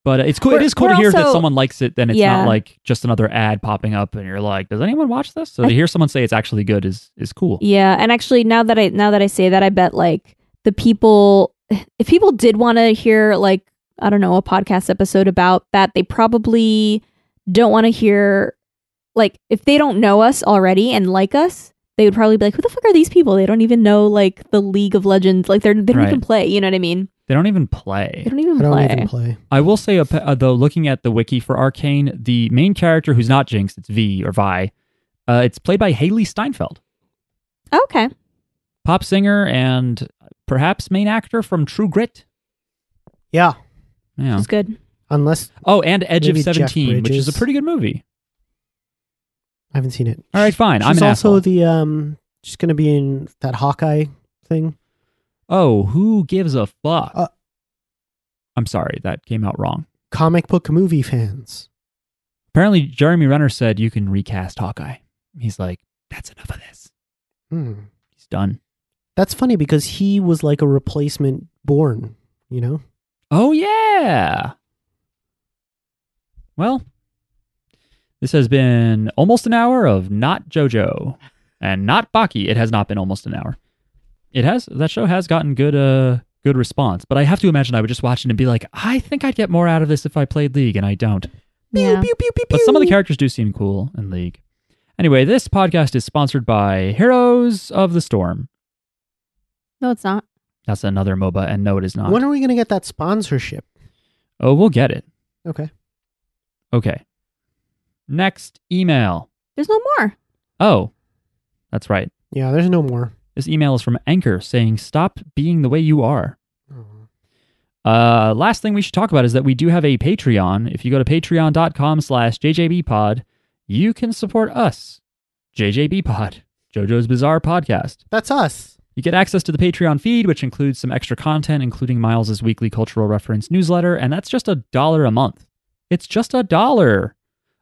Speaker 2: But uh, it's cool. It
Speaker 4: We're-
Speaker 2: is cool
Speaker 4: we're
Speaker 2: to hear that
Speaker 4: also-
Speaker 2: someone likes it. Then it's
Speaker 4: Yeah.
Speaker 2: not like just another ad popping up, and you're like, "Does anyone watch this?" So to hear someone say it's actually good is is cool.
Speaker 4: Yeah, and actually now that I now that I say that I bet like the people if people did want to hear like I don't know a podcast episode about that they probably don't want to hear like if they don't know us already and like us they would probably be like who the fuck are these people they don't even know like the League of Legends like they're they don't
Speaker 2: Right.
Speaker 4: even play you know what I mean
Speaker 2: They don't even play.
Speaker 4: They don't even
Speaker 3: I don't
Speaker 4: play.
Speaker 3: even play.
Speaker 2: I will say, uh, uh, though, looking at the wiki for Arcane, the main character who's not Jinx, it's V or Vi, uh, it's played by Haley Steinfeld,
Speaker 4: Oh, okay.
Speaker 2: pop singer and perhaps main actor from True Grit.
Speaker 3: Yeah,
Speaker 2: Yeah.
Speaker 4: It's good.
Speaker 3: unless
Speaker 2: Oh, and Edge
Speaker 3: Maybe
Speaker 2: of
Speaker 3: Jeff
Speaker 2: 17, which is a
Speaker 3: Bridges.
Speaker 2: pretty good movie.
Speaker 3: I haven't seen it.
Speaker 2: All right, fine. I'm
Speaker 3: She's
Speaker 2: an
Speaker 3: also
Speaker 2: asshole.
Speaker 3: the um. She's gonna be in that Hawkeye thing.
Speaker 2: oh, who gives a fuck?
Speaker 3: Uh,
Speaker 2: I'm sorry, that came out wrong.
Speaker 3: Comic book movie fans.
Speaker 2: Apparently, Jeremy Renner said you can recast Hawkeye. He's like, that's enough of this.
Speaker 3: Hmm.
Speaker 2: He's done.
Speaker 3: That's funny because he was like a replacement born. You know.
Speaker 2: Oh yeah. Well, this has been almost an hour of not JoJo and not Baki. It has not been almost an hour. It has that show has gotten good uh good response, but I have to imagine I would just watch it and be like, I think I'd get more out of this if I played League, and I don't.
Speaker 4: Yeah.
Speaker 2: But some of the characters do seem cool in League. Anyway, this podcast is sponsored by Heroes of the Storm.
Speaker 4: No, it's not.
Speaker 2: That's another MOBA, and no, it is not.
Speaker 3: When are we gonna get that sponsorship?
Speaker 2: oh, we'll get it.
Speaker 3: Okay.
Speaker 2: Okay. Next email.
Speaker 4: There's no more.
Speaker 2: Oh, that's right.
Speaker 3: Yeah. There's no more.
Speaker 2: This email is from Anchor saying, Stop being the way you are.
Speaker 3: Oh.
Speaker 2: Uh, last thing we should talk about is that we do have a Patreon. If you go to patreon.com slash jjbpod, you can support us, jjbpod, JoJo's Bizarre Podcast.
Speaker 3: That's us.
Speaker 2: You get access to the Patreon feed, which includes some extra content, including Miles's weekly cultural reference newsletter, and that's just a dollar a month. It's just a dollar.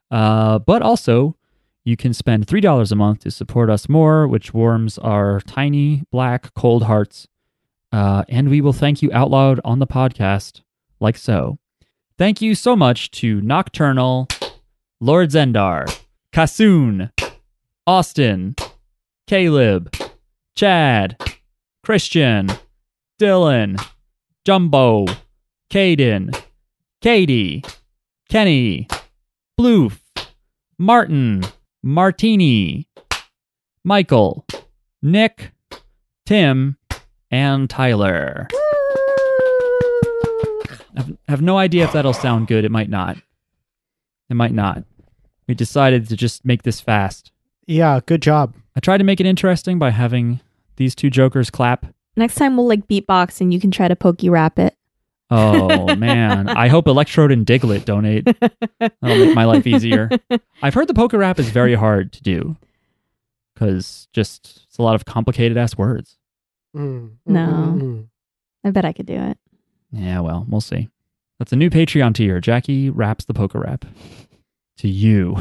Speaker 2: Uh, but also, you can spend three dollars a month to support us more, which warms our tiny black cold hearts. Uh, and we will thank you out loud on the podcast, like so. Thank you so much to Nocturnal, Lord Zendar, Kassoon, Austin, Caleb, Chad, Christian, Dylan, Jumbo, Caden, Katie, Kenny, Bloof, Martin, Martini, Michael, Nick, Tim, and Tyler. I've- I have no idea if that'll sound good. It might not. It might not. We decided to just make this fast.
Speaker 3: Yeah. Good job.
Speaker 2: I tried to make it interesting by having these two jokers clap.
Speaker 4: Next time we'll like beatbox and you can try to pokey rap it.
Speaker 2: Oh man, I hope Electrode and Diglett donate. That'll make my life easier. I've heard the poker rap is very hard to do because just it's a lot of complicated ass words.
Speaker 3: Mm, mm,
Speaker 4: No.
Speaker 3: mm, mm.
Speaker 4: I bet I could do it.
Speaker 2: Yeah, well, we'll see. That's a new Patreon tier. Jackie raps the poker rap to you.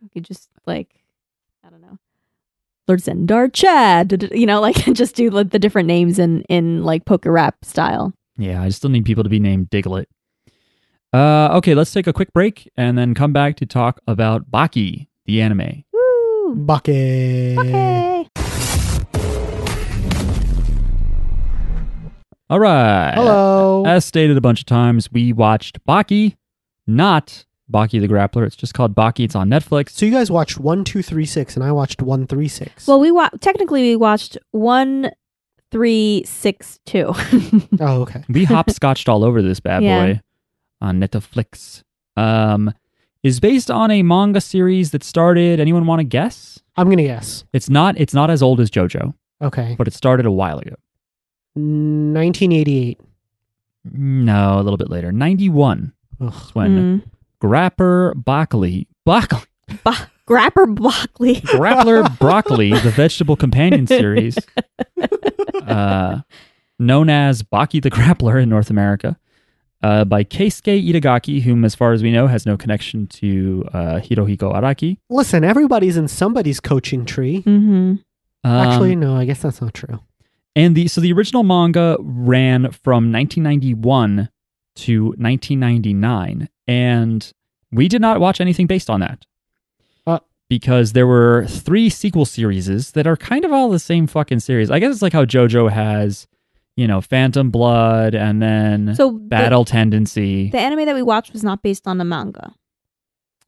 Speaker 4: You could just like, I don't know, Lord Zendar Chad. d- d- You know, like just do like, the different names in in like poker rap style.
Speaker 2: Yeah, I still need people to be named Diglett. Uh, okay, let's take a quick break and then come back to talk about Baki, the anime.
Speaker 4: Woo!
Speaker 3: Bucket.
Speaker 4: Okay.
Speaker 2: All right.
Speaker 3: Hello.
Speaker 2: As stated a bunch of times, we watched Baki, not Baki the Grappler. It's just called Baki. It's on Netflix.
Speaker 3: so you guys watched one, two, three, six, and I watched one, three, six.
Speaker 4: Well, we wa- technically we watched one, three, six, two.
Speaker 3: oh, okay.
Speaker 2: We hopscotched all over this bad
Speaker 4: Yeah.
Speaker 2: boy on Netflix. Um, is based on a manga series that started. Anyone want to guess?
Speaker 3: I'm gonna guess.
Speaker 2: It's not. It's not as old as JoJo,
Speaker 3: Okay.
Speaker 2: but it started a while ago.
Speaker 3: 1988.
Speaker 2: No, a little bit later. Ninety-one
Speaker 3: Ugh.
Speaker 2: is
Speaker 4: Hmm.
Speaker 2: when Grapper Broccoli, Broccoli,
Speaker 4: Mm-hmm. Ba- Grapper Blockley.
Speaker 2: Grappler Broccoli, the vegetable companion series, uh, known as Baki the Grappler in North America, uh, by Keisuke Itagaki, whom, as far as we know, has no connection to uh, Hirohiko Araki.
Speaker 3: Listen, everybody's in somebody's coaching tree.
Speaker 4: Mm-hmm.
Speaker 2: Um,
Speaker 3: Actually, no, I guess that's not true.
Speaker 2: and the so the original manga ran from 1991 to 1999, and we did not watch anything based on that.
Speaker 3: Uh.
Speaker 2: because there were three sequel series that are kind of all the same fucking series. I guess it's like how JoJo has, you know, Phantom Blood and then
Speaker 4: So
Speaker 2: Battle Tendency.
Speaker 4: The, the anime that we watched was not based on the manga.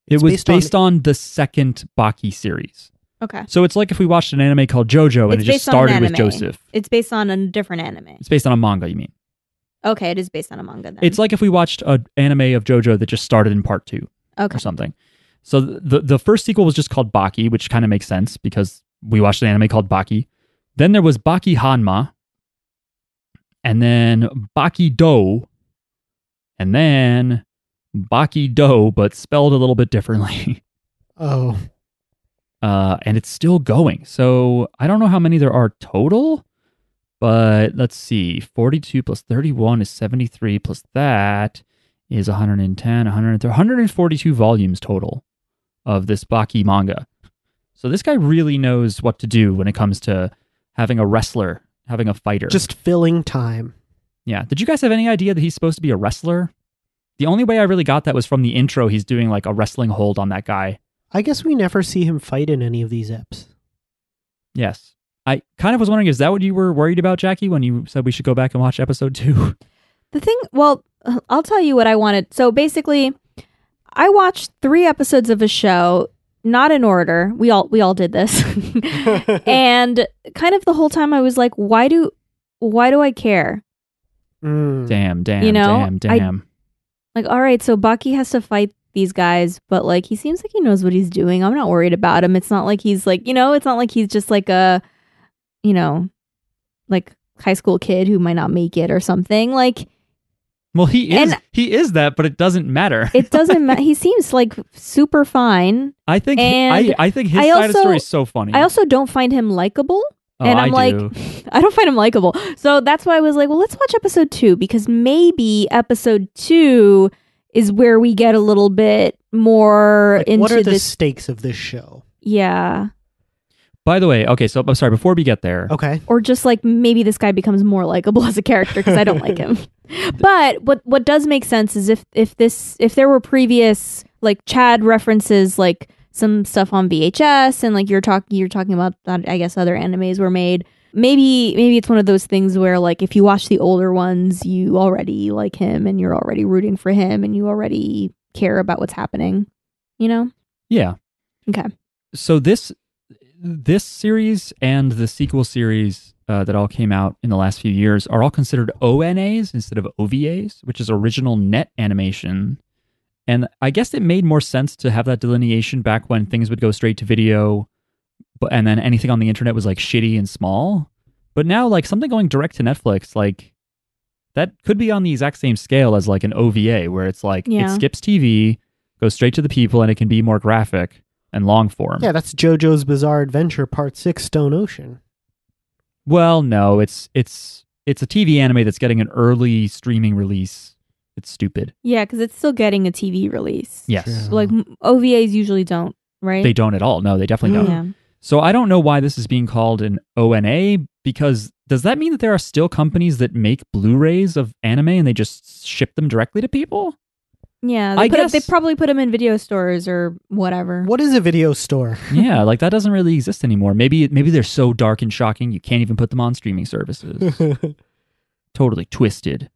Speaker 2: it
Speaker 3: It's
Speaker 2: was
Speaker 3: based
Speaker 2: based,
Speaker 3: on-
Speaker 2: on, the second Baki series.
Speaker 4: Okay.
Speaker 2: So it's like if we watched an anime called JoJo and
Speaker 4: It's
Speaker 2: it just
Speaker 4: based on an
Speaker 2: started with
Speaker 4: anime.
Speaker 2: Joseph.
Speaker 4: It's based on a different anime.
Speaker 2: It's based on a manga, you mean?
Speaker 4: Okay, it is based on a manga then.
Speaker 2: It's like if we watched an anime of JoJo that just started in part two
Speaker 4: okay.
Speaker 2: or something. So th- the the first sequel was just called Baki, which kind of makes sense because we watched an anime called Baki. Then there was Baki Hanma, and then Baki Do, and then Baki Do, but spelled a little bit differently.
Speaker 3: Oh,
Speaker 2: Uh, and it's still going. So I don't know how many there are total, but let's see. 42 plus 31 is 73, plus that is 110, 130, 142 volumes total of this Baki manga. So this guy really knows what to do when it comes to having a wrestler, having a fighter.
Speaker 3: just filling time.
Speaker 2: Yeah. Did you guys have any idea that he's supposed to be a wrestler? The only way I really got that was from the intro. He's doing like a wrestling hold on that guy.
Speaker 3: I guess we never see him fight in any of these eps.
Speaker 2: Yes. I kind of was wondering, is that what you were worried about, Jackie, when you said we should go back and watch episode two?
Speaker 4: The thing, well, uh, I'll tell you what I wanted. So basically, I watched three episodes of a show, not in order. We all we all did this, and kind of the whole time I was like, why do why do I care?
Speaker 3: Mm.
Speaker 2: damn, damn,
Speaker 4: You know,
Speaker 2: damn,
Speaker 4: I-
Speaker 2: damn.
Speaker 4: Like, all right, so Bucky has to fight these guys, but like he seems like he knows what he's doing. I'm not worried about him. It's not like he's like you know, it's not like he's just like a, you know, like high school kid who might not make it or something. Like
Speaker 2: well, he is
Speaker 4: and-
Speaker 2: he is that, but it doesn't matter.
Speaker 4: it doesn't matter. He seems like super fine.
Speaker 2: I think
Speaker 4: and
Speaker 2: I, I think his
Speaker 4: I
Speaker 2: side of the
Speaker 4: also-
Speaker 2: story is so funny.
Speaker 3: Mm.
Speaker 4: I also don't find him likable.
Speaker 2: Oh,
Speaker 4: and
Speaker 2: I
Speaker 4: I'm like,
Speaker 2: do.
Speaker 4: I don't find him likable. So that's why I was like, well, let's watch episode two because maybe episode two is where we get a little bit more
Speaker 3: Like,
Speaker 4: into
Speaker 3: what are the
Speaker 4: this.
Speaker 3: stakes of this show?
Speaker 4: Yeah.
Speaker 2: By the way, okay, so I'm sorry, before we get there,
Speaker 3: Okay.
Speaker 4: Or just like maybe this guy becomes more likable as a character because I don't like him. But what what does make sense is if if this if there were previous like Chad references like some stuff on VHS and like you're talking you're talking about that I guess other animes were made. Maybe maybe it's one of those things where like if you watch the older ones, you already like him and you're already rooting for him and you already care about what's happening. You know?
Speaker 2: yeah.
Speaker 4: Okay.
Speaker 2: So this this series and the sequel series uh, that all came out in the last few years are all considered ONAs instead of OVAs, which is original net animation. And I guess it made more sense to have that delineation back when things would go straight to video, but and then anything on the internet was like shitty and small. But now, like something going direct to Netflix, like that could be on the exact same scale as like an OVA, where it's like
Speaker 4: Yeah.
Speaker 2: it skips TV, goes straight to the people, and it can be more graphic and long form.
Speaker 3: Yeah, that's JoJo's Bizarre Adventure Part 6 Stone Ocean.
Speaker 2: Well, no, it's it's it's a TV anime that's getting an early streaming release. It's stupid.
Speaker 4: Yeah, because it's still getting a TV release.
Speaker 2: Yes.
Speaker 3: True.
Speaker 4: Like m- OVAs usually don't, right?
Speaker 2: They don't at all. No, they definitely don't.
Speaker 4: Yeah.
Speaker 2: So I don't know why this is being called an ONA because does that mean that there are still companies that make Blu-rays of anime and they just ship them directly to people?
Speaker 4: Yeah,
Speaker 2: I
Speaker 4: they, put it-
Speaker 2: guess-
Speaker 4: they probably put them in video stores or whatever.
Speaker 3: What is a video store?
Speaker 2: yeah, like that doesn't really exist anymore. Maybe maybe they're so dark and shocking you can't even put them on streaming services. totally twisted.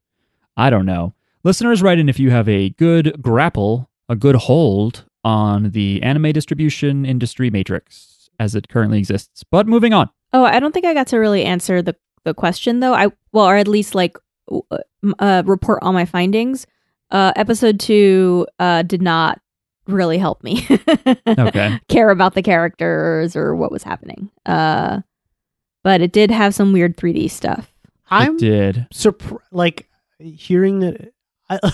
Speaker 2: I don't know. Listeners, write in if you have a good grapple, a good hold on the anime distribution industry matrix as it currently exists. But moving on.
Speaker 4: Oh, I don't think I got to really answer the the question though. I well, or at least like w- uh, m- uh, report on my findings. Uh, episode two uh, did not really help me.
Speaker 2: Okay.
Speaker 4: Care about the characters or what was happening. Uh, but it did have some weird 3D stuff.
Speaker 3: I'm
Speaker 2: it did.
Speaker 3: surprised, like, hearing that. I,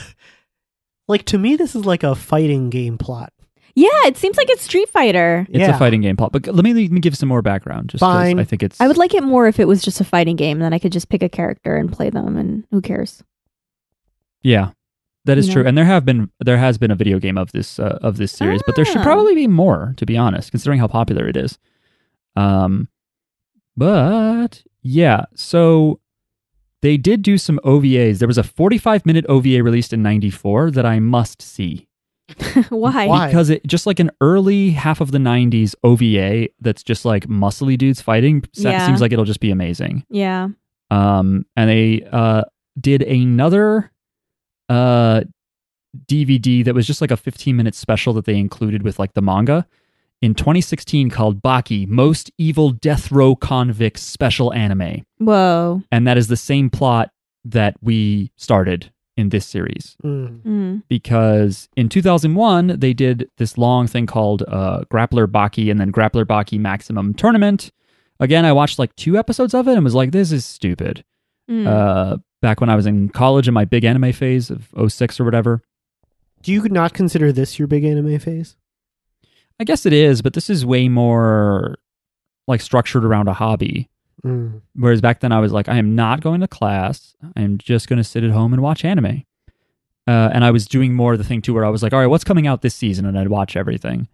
Speaker 3: like, to me, this is like a fighting game plot.
Speaker 4: Yeah, it seems like it's Street Fighter.
Speaker 2: It's
Speaker 3: yeah.
Speaker 2: a fighting game, Paul. But let me, let me give some more background just 'cause
Speaker 3: Fine.
Speaker 2: I think it's
Speaker 4: I would like it more if it was just a fighting game, then I could just pick a character and play them, and who cares?
Speaker 2: Yeah. That is
Speaker 4: You know?
Speaker 2: true. And there have been there has been a video game of this uh, of this series, but there should
Speaker 4: Ah.
Speaker 2: probably be more to be honest, considering how popular it is. Um but yeah, so they did do some OVAs. There was a 45 minute OVA released in 94 that I must see
Speaker 4: Why?
Speaker 3: Why?
Speaker 2: because it just like an early half of the 90s OVA that's just like muscly dudes fighting sa-
Speaker 4: Yeah.
Speaker 2: seems like it'll just be amazing
Speaker 4: Yeah.
Speaker 2: um, and they uh, did another uh, DVD that was just like a 15 minute special that they included with like the manga in 2016 called Baki Most Evil Death Row Convicts Special Anime,
Speaker 4: Whoa.
Speaker 2: and that is the same plot that we started in this series
Speaker 3: Mm.
Speaker 4: Mm.
Speaker 2: because in 2001 they did this long thing called uh, Grappler Baki and then Grappler Baki Maximum Tournament. Again, I watched like two episodes of it and was like, "This is stupid."
Speaker 4: Mm.
Speaker 2: Uh, back when I was in college in my big anime phase of 06 or whatever,
Speaker 3: Do you not consider this your big anime phase?
Speaker 2: I guess it is, but this is way more like structured around a hobby.
Speaker 3: Mm.
Speaker 2: Whereas back then I was like, I am not going to class. I am just going to sit at home and watch anime. Uh, and I was doing more of the thing too, where I was like, all right, what's coming out this season? And I'd watch everything.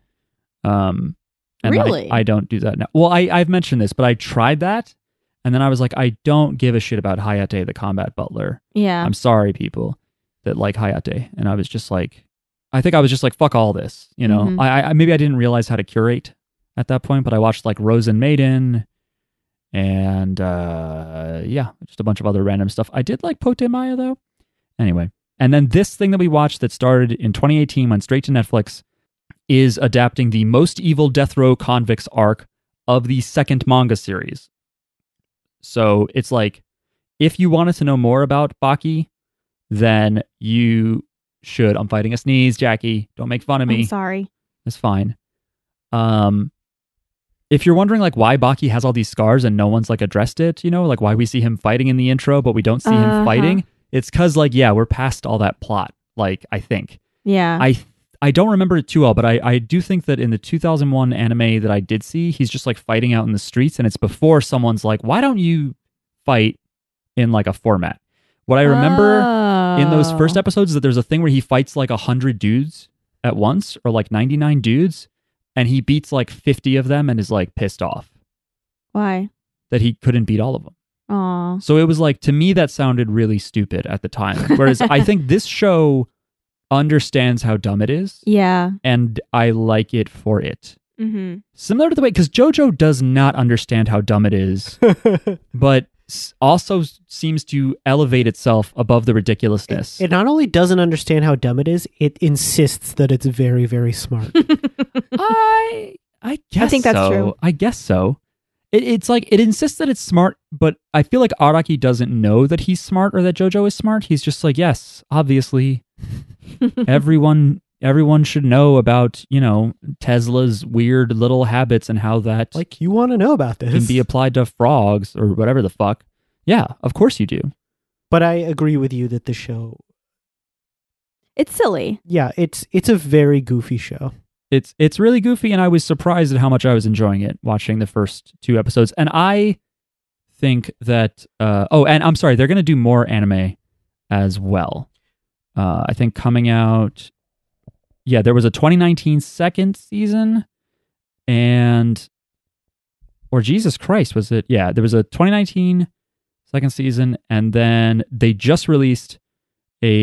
Speaker 2: Um, and I-
Speaker 4: Really?
Speaker 2: I, don't do that now. Well, I, I've mentioned this, but I tried that. And then I was like, I don't give a shit about Hayate the combat butler.
Speaker 4: yeah.
Speaker 2: I'm sorry, people that like Hayate. And I was just like, I think I was just like, fuck all this. You know,
Speaker 4: Mhm.
Speaker 2: I, I maybe I didn't realize how to curate at that point, but I watched like Rose and Maiden and uh, yeah, just a bunch of other random stuff. I did like Potemaya though. Anyway, and then this thing that we watched that started in 2018 went straight to Netflix is adapting the most evil death row convicts arc of the second manga series. So it's like if you wanted to know more about Baki, then you should. I'm fighting a sneeze, Jackie. Don't make fun of me.
Speaker 4: I'm sorry.
Speaker 2: That's fine. Um, if you're wondering like why Baki has all these scars and no one's like addressed it, you know, like why we see him fighting in the intro but we don't see him
Speaker 4: Uh-huh.
Speaker 2: fighting, it's because like yeah, we're past all that plot. Like I think
Speaker 4: Yeah.
Speaker 2: I I don't remember it too well, but I I do think that in the 2001 anime that I did see, he's just like fighting out in the streets, and it's before someone's like, why don't you fight in like a format? What I remember in those first
Speaker 4: Oh.
Speaker 2: episodes that there's a thing where he fights like 100 dudes at once or like 99 dudes and he beats like 50 of them and is like pissed off
Speaker 4: Why?
Speaker 2: that he couldn't beat all of them.
Speaker 4: Aw.
Speaker 2: So it was like to me that sounded really stupid at the time. Whereas I think this show understands how dumb it is
Speaker 4: Yeah.
Speaker 2: and I like it for it.
Speaker 4: Mm-hmm.
Speaker 2: Similar to the way cuz JoJo does not understand how dumb it is, but s- also s- seems to elevate itself above the ridiculousness.
Speaker 3: It not only doesn't understand how dumb it is, it insists that it's very, very smart.
Speaker 2: I I guess
Speaker 4: think that's
Speaker 2: so.
Speaker 4: true.
Speaker 2: I guess so. It, it's like it insists that it's smart, but I feel like Araki doesn't know that he's smart or that JoJo is smart. He's just like, yes, obviously, everyone everyone should know about you know Tesla's weird little habits and how that
Speaker 3: like you want to know about this.
Speaker 2: can be applied to frogs or whatever the fuck. Yeah, of course you do.
Speaker 3: but I agree with you that the show
Speaker 4: It's silly.
Speaker 3: yeah, it's it's a very goofy show.
Speaker 2: it's it's really goofy and i was surprised at how much i was enjoying it watching the first two episodes and i think that uh oh and i'm sorry they're gonna do more anime as well uh i think coming out yeah there was a 2019 second season and or jesus christ was it yeah there was a 2019 second season and then they just released a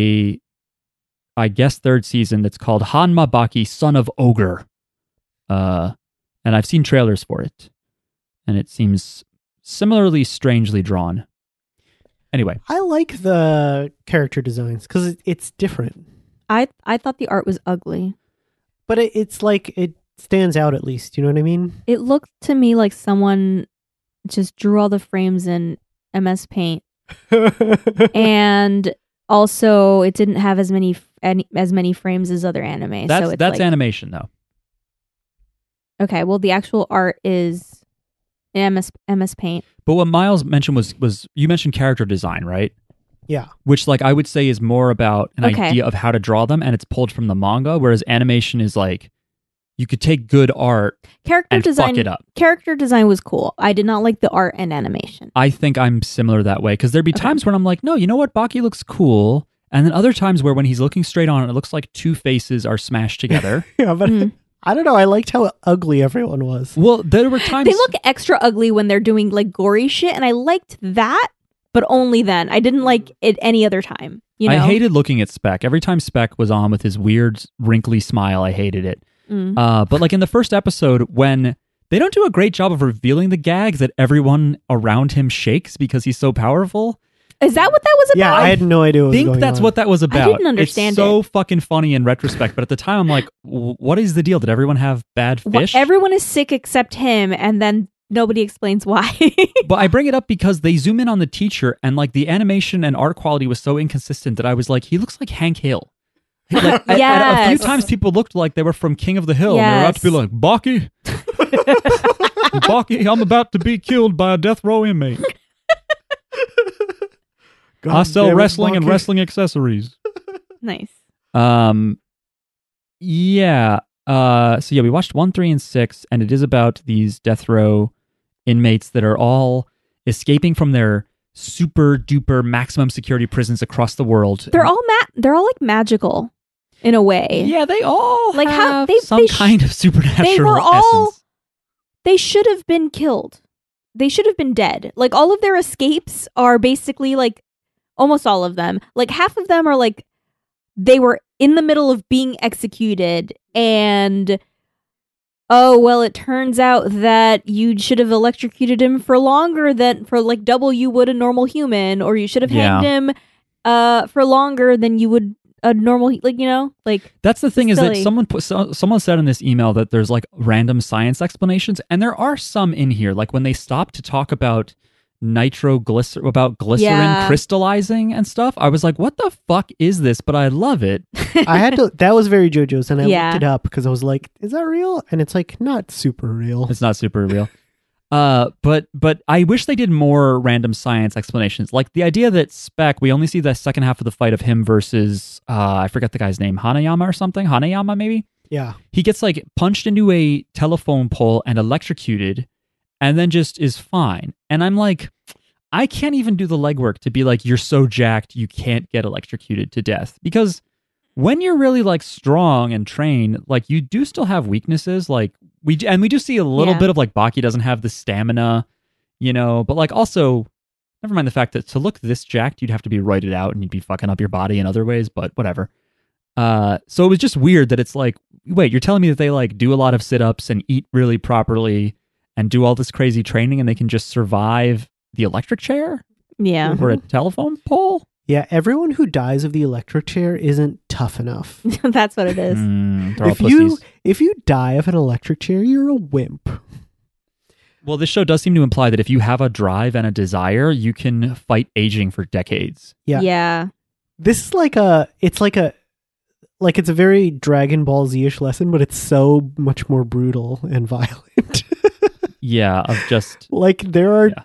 Speaker 2: I guess third season that's called Hanma Baki, Son of Ogre. Uh, and I've seen trailers for it, and it seems similarly strangely drawn. Anyway,
Speaker 3: I like the character designs because it's different,
Speaker 4: I I thought the art was ugly.
Speaker 3: but it, it's like it stands out at least. You know what I mean?
Speaker 4: It looked to me like someone just drew all the frames in MS Paint and also it didn't have as many f- any, as many frames as other anime.
Speaker 2: that's
Speaker 4: so it's
Speaker 2: that's
Speaker 4: like,
Speaker 2: animation though.
Speaker 4: okay. Well, the actual art is in MS MS Paint.
Speaker 2: But what Miles mentioned was was you mentioned character design, right?
Speaker 3: yeah,
Speaker 2: Which like I would say is more about an
Speaker 4: Okay.
Speaker 2: idea of how to draw them, and it's pulled from the manga. Whereas animation is like you could take good art
Speaker 4: Character
Speaker 2: and
Speaker 4: design.
Speaker 2: fuck it up.
Speaker 4: Character design was cool. I did not like the art and animation.
Speaker 2: I think I'm similar that way because there'd be
Speaker 4: Okay.
Speaker 2: times when I'm like, no, you know what, Baki looks cool, and then other times where when he's looking straight on, it looks like two faces are smashed together.
Speaker 3: yeah. But
Speaker 2: Hmm.
Speaker 4: Mm.
Speaker 3: I don't know. I liked how ugly everyone was.
Speaker 2: well, there were times
Speaker 4: they look extra ugly when they're doing like gory shit, and I liked that, but only then. I didn't like it any other time. You know,
Speaker 2: I hated looking at Spec every time Spec was on with his weird wrinkly smile. I hated it.
Speaker 4: Mm.
Speaker 2: Uh, but like in the first episode, when they don't do a great job of revealing the gag that everyone around him shakes because he's so powerful.
Speaker 4: Is that what that was
Speaker 3: Yeah,
Speaker 4: about?
Speaker 3: I had no idea. What was
Speaker 2: think
Speaker 3: going
Speaker 2: that's
Speaker 3: on.
Speaker 2: what that was about.
Speaker 4: understand
Speaker 2: It's so fucking funny in retrospect, but at the time I'm like, "W- what is the deal? Did everyone have bad
Speaker 4: Wha-
Speaker 2: fish?
Speaker 4: everyone is sick except him, and then nobody explains why.
Speaker 2: but I bring it up because they zoom in on the teacher, and like the animation and art quality was so inconsistent that I was like, he looks like Hank Hill. Like, at- at a few
Speaker 4: Yes.
Speaker 2: times, people looked like they were from King of the Hill, and they were out to be
Speaker 4: Yes.
Speaker 2: like, Baki, Baki, I'm about to be killed by a death row inmate.
Speaker 3: God
Speaker 2: I sell
Speaker 3: damn it,
Speaker 2: uh, wrestling and
Speaker 3: Bucky.
Speaker 2: wrestling accessories.
Speaker 4: nice.
Speaker 2: Um, yeah. Uh, so yeah, we watched one, three, and six, and it is about these death row inmates that are all escaping from their super duper maximum security prisons across the world.
Speaker 4: They're all ma- they're all like magical in a way.
Speaker 2: yeah, they all
Speaker 4: Like how-
Speaker 2: have
Speaker 4: they-
Speaker 2: some
Speaker 4: they sh-
Speaker 2: kind of supernatural.
Speaker 4: all-
Speaker 2: essence.
Speaker 4: They should have been killed. They should have been dead. Like all of their escapes are basically like almost all of them. Like half of them are like they were in the middle of being executed and oh well it turns out that you should have electrocuted him for longer than for like double you would a normal human or you should have
Speaker 2: Yeah.
Speaker 4: hanged him uh for longer than you would a normal hu- like you know like
Speaker 2: That's the thing is that
Speaker 4: Silly.
Speaker 2: someone put so, someone said in this email that there's like random science explanations, and there are some in here. Like when they stop to talk about nitroglycerin about glycerin
Speaker 4: Yeah.
Speaker 2: crystallizing and stuff, I was like, "What the fuck is this?" But I love it.
Speaker 3: I had to. That was very JoJo's, and I
Speaker 4: Yeah.
Speaker 3: looked it up because I was like, "Is that real?" And it's like not super real.
Speaker 2: It's not super real. Uh, but but I wish they did more random science explanations, like the idea that Spec. We only see the second half of the fight of him versus uh, I forget the guy's name, Hanayama or something. Hanayama maybe.
Speaker 3: Yeah,
Speaker 2: he gets like punched into a telephone pole and electrocuted and then just is fine and i'm like i can't even do the legwork to be like you're so jacked you can't get electrocuted to death because when you're really like strong and trained like you do still have weaknesses like we and we do see a little
Speaker 4: Yeah.
Speaker 2: bit of like baki doesn't have the stamina you know but like also never mind the fact that to look this jacked you'd have to be roided out and you'd be fucking up your body in other ways but whatever uh, so it was just weird that it's like, wait, you're telling me that they like do a lot of sit ups and eat really properly and do all this crazy training and they can just survive the electric chair
Speaker 4: yeah
Speaker 2: or a
Speaker 3: Mm-hmm.
Speaker 2: telephone pole?
Speaker 3: yeah. Everyone who dies of the electric chair isn't tough enough.
Speaker 4: that's what it is
Speaker 2: Mm, they're all
Speaker 3: if you
Speaker 2: pussies.
Speaker 3: if you die of an electric chair, you're a wimp.
Speaker 2: Well, this show does seem to imply that if you have a drive and a desire, you can fight aging for decades.
Speaker 3: Yeah.
Speaker 4: yeah.
Speaker 3: This is like a. It's like a. Like it's a very Dragon Ball Z ish lesson, but it's so much more brutal and violent.
Speaker 2: Yeah, of just
Speaker 3: like there are.
Speaker 2: Yeah.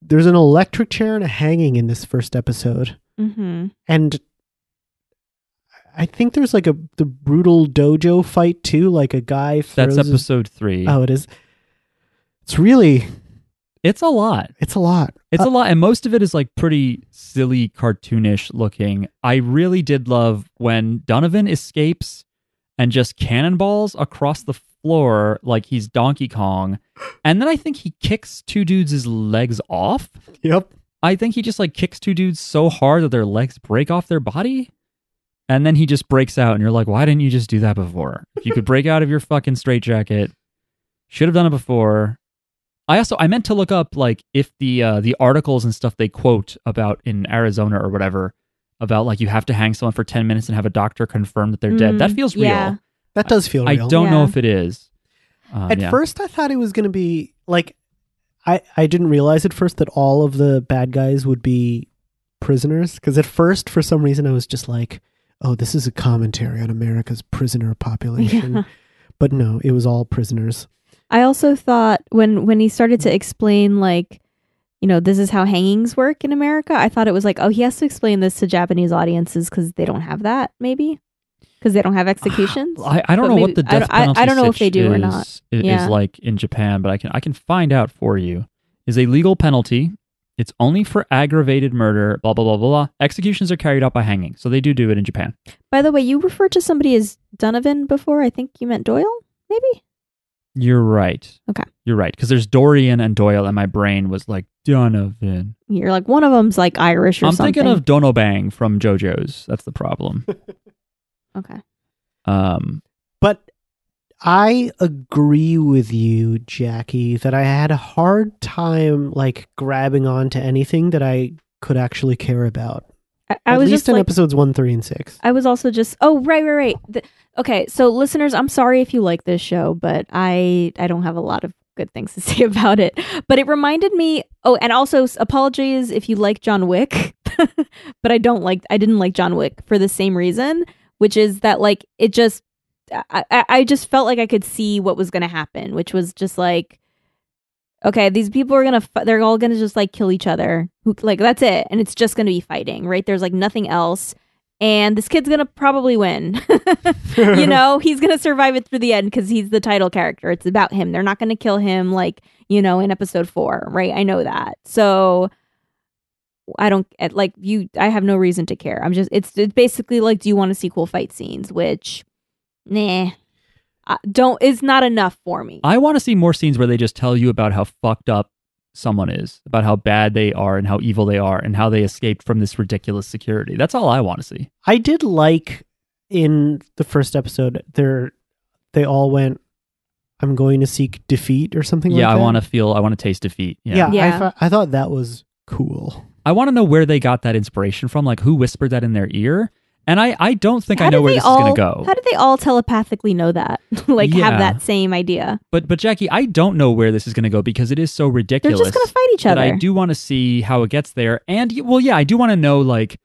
Speaker 3: There's an electric chair and a hanging in this first episode.
Speaker 4: Mm-hmm.
Speaker 3: and I think there's like a the brutal dojo fight too. Like a guy throws.
Speaker 2: that's
Speaker 3: his-
Speaker 2: episode three.
Speaker 3: oh, it is. It's really
Speaker 2: It's a lot.
Speaker 3: it's a lot.
Speaker 2: It's a lot, and most of it is like pretty silly, cartoonish looking. I really did love when Donovan escapes and just cannonballs across the floor like he's Donkey Kong, and then I think he kicks two dudes' legs off.
Speaker 3: Yep.
Speaker 2: I think he just like kicks two dudes so hard that their legs break off their body, and then he just breaks out, and you're like, why didn't you just do that before? If you could break out of your fucking straitjacket, should have done it before. I also I meant to look up like if the uh, the articles and stuff they quote about in Arizona or whatever about like you have to hang someone for ten minutes and have a doctor confirm that they're dead.
Speaker 4: Mm,
Speaker 2: That feels
Speaker 4: yeah.
Speaker 2: real.
Speaker 3: That does feel
Speaker 2: I
Speaker 3: real.
Speaker 2: don't know
Speaker 4: Yeah.
Speaker 2: if it is. Um,
Speaker 3: Oh, At
Speaker 2: yeah.
Speaker 3: first, I thought it was gonna be like, I I didn't realize at first that all of the bad guys would be prisoners because at first, for some reason, I was just like, oh, this is a commentary on America's prisoner population.
Speaker 4: Yeah.
Speaker 3: But no, it was all prisoners.
Speaker 4: I also thought when when he started to explain like you know this is how hangings work in America, I thought it was like oh he has to explain this to Japanese audiences because they don't have that maybe because they don't have executions.
Speaker 2: I, I don't
Speaker 4: But
Speaker 2: know
Speaker 4: maybe-
Speaker 2: what the
Speaker 4: I
Speaker 2: death
Speaker 4: don't- I- I
Speaker 2: penalty
Speaker 4: don't know if they
Speaker 2: sitch
Speaker 4: do or
Speaker 2: is,
Speaker 4: not.
Speaker 2: i- is
Speaker 4: Yeah.
Speaker 2: like in Japan, but I can I can find out for you. Is a legal penalty. It's only for aggravated murder. Blah blah blah blah blah. Executions are carried out by hanging, so they do do it in Japan.
Speaker 4: By the way, you referred to somebody as Donovan before. I think you meant Doyle, maybe.
Speaker 2: You're right.
Speaker 4: Okay.
Speaker 2: You're right because there's Dorian and Doyle, and my brain was like Donovan.
Speaker 4: You're like one of them's like Irish or
Speaker 2: I'm
Speaker 4: something.
Speaker 2: thinking of Donobang from JoJo's. That's the problem.
Speaker 4: okay.
Speaker 2: Um,
Speaker 3: But I agree with you, Jackie, that I had a hard time like grabbing on to anything that I could actually care about.
Speaker 4: I, I
Speaker 3: At
Speaker 4: was
Speaker 3: least
Speaker 4: just
Speaker 3: in
Speaker 4: like,
Speaker 3: episodes one, three, and six.
Speaker 4: I was also just oh right right right. The- okay, so listeners, I'm sorry if you like this show, but I I don't have a lot of good things to say about it. But it reminded me. Oh, and also s- apologies if you like John Wick, but I don't like. I didn't like John Wick for the same reason, which is that like it just. I, I I just felt like I could see what was going to happen, which was just like, okay, these people are gonna, fi- they're all gonna just like kill each other, Who, like that's it, and it's just gonna be fighting, right? There's like nothing else, and this kid's gonna probably win. you know, he's going to survive it through the end because he's the title character. It's about him. They're not going to kill him like, you know, in episode four, right? I know that. So I don't at- like you, I have no reason to care. I'm just, it's, it's basically like, do you want to see cool fight scenes? Which, nah, I don't, is not enough for me.
Speaker 2: I want to see more scenes where they just tell you about how fucked up someone is, about how bad they are and how evil they are and how they escaped from this ridiculous security. That's all I want to see.
Speaker 3: I did like in the first episode there they all went I'm going to seek defeat or something
Speaker 2: yeah,
Speaker 3: like
Speaker 2: I
Speaker 3: that.
Speaker 2: want to feel I want to taste defeat. Yeah.
Speaker 3: Yeah, I,
Speaker 4: Yeah.
Speaker 3: thought- I thought that was cool.
Speaker 2: I want to know where they got that inspiration from, like who whispered that in their ear. And I I don't think
Speaker 4: How
Speaker 2: I know
Speaker 4: did
Speaker 2: where
Speaker 4: they
Speaker 2: this
Speaker 4: all-
Speaker 2: is going to go.
Speaker 4: How did they all telepathically know that? like,
Speaker 2: Yeah.
Speaker 4: have that same idea?
Speaker 2: But but Jackie, I don't know where this is going to go because it is so
Speaker 4: They're
Speaker 2: ridiculous.
Speaker 4: just going to fight each
Speaker 2: that
Speaker 4: other.
Speaker 2: I do want to see how it gets there. And y- well, yeah, I do want to know like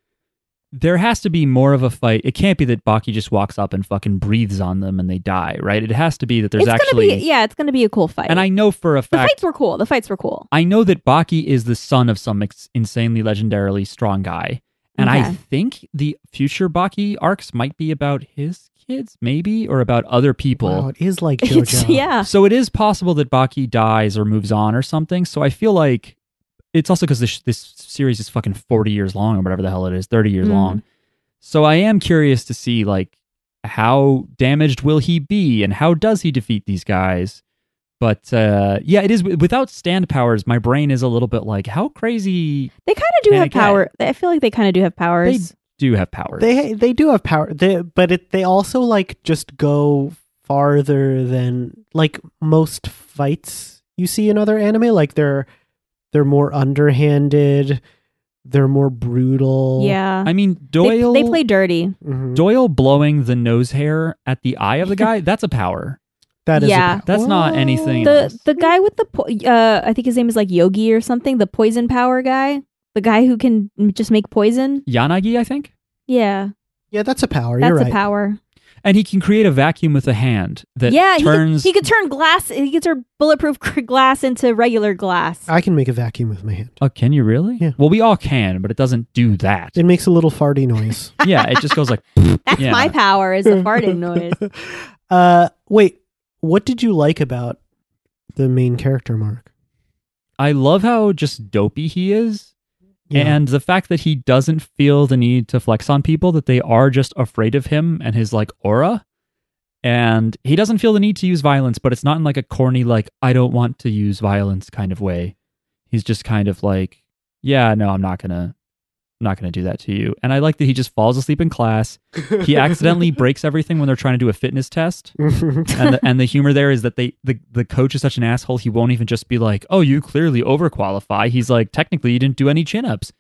Speaker 2: there has to be more of a fight. It can't be that Baki just walks up and fucking breathes on them and they die, right? It has to be that there's
Speaker 4: it's
Speaker 2: actually
Speaker 4: gonna be, yeah, it's going to be a cool fight.
Speaker 2: And I know for a
Speaker 4: the fights
Speaker 2: fact
Speaker 4: were cool. The fights were cool.
Speaker 2: I know that Baki is the son of some ex- insanely legendarily strong guy. And I
Speaker 4: Okay.
Speaker 2: think the future Baki arcs might be about his kids maybe or about other people.
Speaker 3: Wow, it is like
Speaker 4: It's,
Speaker 3: JoJo.
Speaker 4: yeah.
Speaker 2: So it is possible that Baki dies or moves on or something. So I feel like it's also because this this series is fucking forty years long or whatever the hell it is, thirty years
Speaker 4: Mm.
Speaker 2: long. So I am curious to see like how damaged will he be and how does he defeat these guys. But uh, yeah, it is without stand powers. My brain is a little bit like, how crazy
Speaker 4: They kind of do
Speaker 2: And
Speaker 4: have
Speaker 2: again-
Speaker 4: power. I feel like they kind of do have powers.
Speaker 2: do you have powers?
Speaker 3: They they do have power. They, but it, they also like just go farther than like most fights you see in other anime like they're they're more underhanded, they're more brutal.
Speaker 4: yeah.
Speaker 2: I mean,
Speaker 4: They,
Speaker 2: Doyle.
Speaker 4: they play dirty.
Speaker 3: Mhm.
Speaker 2: Doyle blowing the nose hair at the eye of the guy. that's a power.
Speaker 3: That is a
Speaker 4: Yeah.
Speaker 3: pow-
Speaker 2: That's not anything-
Speaker 4: The the guy with the po- uh, I think his name is like Yogi or something. The poison power guy. The guy who can m- just make poison.
Speaker 2: Yanagi, I think.
Speaker 4: Yeah,
Speaker 3: Yeah, that's a power.
Speaker 4: that's
Speaker 3: You're right.
Speaker 4: a power.
Speaker 2: And he can create a vacuum with a hand that
Speaker 4: yeah,
Speaker 2: turns.
Speaker 4: he, could, he could turn glass. He could turn bulletproof cr- glass into regular glass.
Speaker 3: I can make a vacuum with my hand.
Speaker 2: oh, can you really?
Speaker 3: Yeah.
Speaker 2: Well, we all can, but it doesn't do that.
Speaker 3: It makes a little farty noise.
Speaker 2: yeah, it just goes like.
Speaker 4: That's
Speaker 2: yeah.
Speaker 4: my power is the farting noise.
Speaker 3: uh, wait, what did you like about the main character, Mark?
Speaker 2: I love how just dopey he is,
Speaker 3: Yeah.
Speaker 2: and the fact that he doesn't feel the need to flex on people; that they are just afraid of him and his like aura. And he doesn't feel the need to use violence, but it's not in like a corny, like I don't want to use violence kind of way. He's just kind of like, yeah, no, I'm not gonna, I'm not gonna do that to you. And I like that he just falls asleep in class. he accidentally breaks everything when they're trying to do a fitness test. And the, and the humor there is that they the, the coach is such an asshole. He won't even just be like, "Oh, you clearly overqualify." He's like, "Technically, you didn't do any chin ups."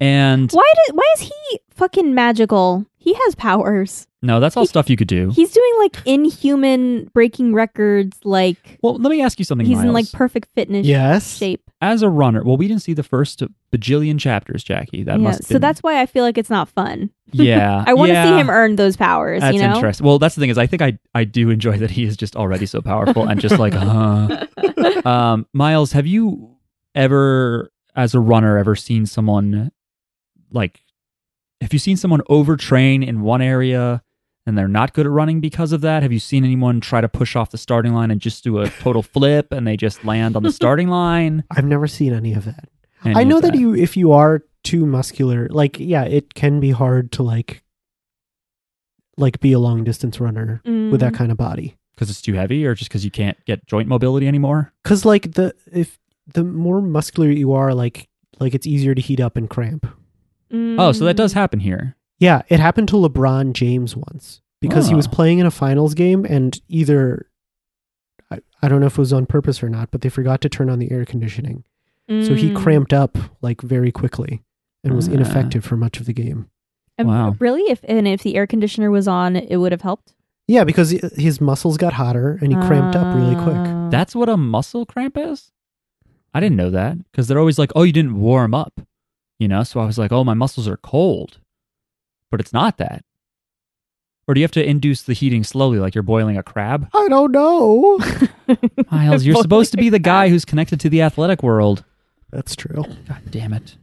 Speaker 2: And
Speaker 4: Why did why is he fucking magical? He has powers.
Speaker 2: no, that's all
Speaker 4: He-
Speaker 2: stuff you could do.
Speaker 4: He's doing like inhuman breaking records, like
Speaker 2: well, let me ask you something.
Speaker 4: he's
Speaker 2: Miles.
Speaker 4: in like perfect fitness
Speaker 3: yes.
Speaker 4: shape.
Speaker 2: as a runner. Well, we didn't see the first bajillion chapters, Jackie. That
Speaker 4: yeah,
Speaker 2: must. have
Speaker 4: so
Speaker 2: been-
Speaker 4: that's why I feel like it's not fun.
Speaker 2: yeah.
Speaker 4: I want to see
Speaker 2: yeah.
Speaker 4: him earn those powers.
Speaker 2: That's
Speaker 4: you know,
Speaker 2: interesting. Well, that's the thing is, I think I I do enjoy that he is just already so powerful and just like, huh. um, Miles, have you ever, as a runner, ever seen someone like? Have you seen someone overtrain in one area and they're not good at running because of that? Have you seen anyone try to push off the starting line and just do a total flip and they just land on the starting line?
Speaker 3: I've never seen any of that.
Speaker 2: Any
Speaker 3: I know
Speaker 2: of
Speaker 3: that you, if you are too muscular, like yeah, it can be hard to like, like be a long distance runner
Speaker 4: Mm.
Speaker 3: with
Speaker 4: Mm-hmm.
Speaker 3: that kind of body.
Speaker 2: because it's too heavy, or just because you can't get joint mobility anymore.
Speaker 3: Cause like the if the more muscular you are, like like it's easier to heat up and cramp.
Speaker 4: Mm.
Speaker 2: Oh, so that does happen here.
Speaker 3: Yeah, it happened to LeBron James once because he was
Speaker 2: Oh.
Speaker 3: playing in a finals game and either I, I don't know if it was on purpose or not, but they forgot to turn on the air conditioning. So he
Speaker 4: Mm.
Speaker 3: cramped up like very quickly and was
Speaker 2: Ah.
Speaker 3: ineffective for much of the game.
Speaker 4: Um,
Speaker 2: Wow.
Speaker 4: Really, if and if the air conditioner was on, it would have helped.
Speaker 3: Yeah, because he- his muscles got hotter and he cramped up really quick.
Speaker 4: Uh,
Speaker 2: That's what a muscle cramp is? I didn't know that because they're always like, oh, you didn't warm up. You know, so I was like, oh, my muscles are cold. But it's not that. Or do you have to induce the heating slowly like you're boiling a crab?
Speaker 3: I don't know.
Speaker 2: Miles, you're supposed to be the guy who's connected to the athletic world.
Speaker 3: That's true.
Speaker 2: God damn it.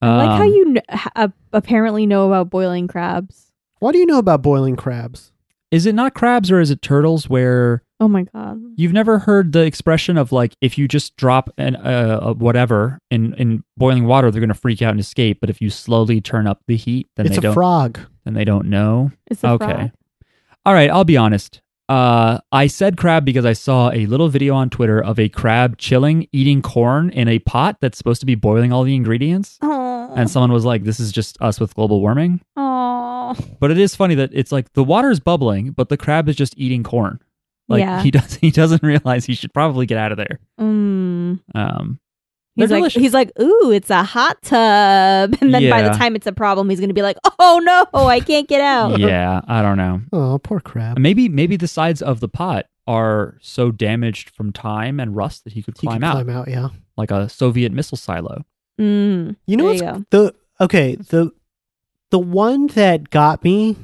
Speaker 4: I like how
Speaker 2: Um,
Speaker 4: you kn- ha- uh, apparently know about boiling crabs.
Speaker 3: What do you know about boiling crabs?
Speaker 2: Is it not crabs or is it turtles where
Speaker 4: Oh my god.
Speaker 2: you've never heard the expression of like if you just drop an uh, a whatever in in boiling water they're going to freak out and escape but if you slowly turn up the heat then
Speaker 3: it's
Speaker 2: they
Speaker 3: a
Speaker 2: don't
Speaker 3: frog.
Speaker 2: then they don't know.
Speaker 4: It's a
Speaker 2: okay.
Speaker 4: frog.
Speaker 2: All right, I'll be honest. Uh, I said crab because I saw a little video on Twitter of a crab chilling, eating corn in a pot that's supposed to be boiling all the ingredients.
Speaker 4: Oh.
Speaker 2: And someone was like, this is just us with global warming.
Speaker 4: oh.
Speaker 2: But it is funny that it's like the water is bubbling, but the crab is just eating corn. Like
Speaker 4: Yeah.
Speaker 2: he does he doesn't realize he should probably get out of there.
Speaker 4: Mm.
Speaker 2: Um They're
Speaker 4: He's like,
Speaker 2: delicious.
Speaker 4: he's like, ooh, it's a hot tub. And then by the
Speaker 2: Yeah.
Speaker 4: time it's a problem, he's going to be like, oh no, I can't get out.
Speaker 2: yeah, I don't know.
Speaker 3: Oh, poor crab.
Speaker 2: Maybe maybe the sides of the pot are so damaged from time and rust that he could
Speaker 3: He
Speaker 2: climb
Speaker 3: could
Speaker 2: out
Speaker 3: climb out, yeah.
Speaker 2: like a Soviet missile silo.
Speaker 4: Mm.
Speaker 3: You know
Speaker 4: There
Speaker 3: what's
Speaker 4: you go.
Speaker 3: the okay, the the one that got me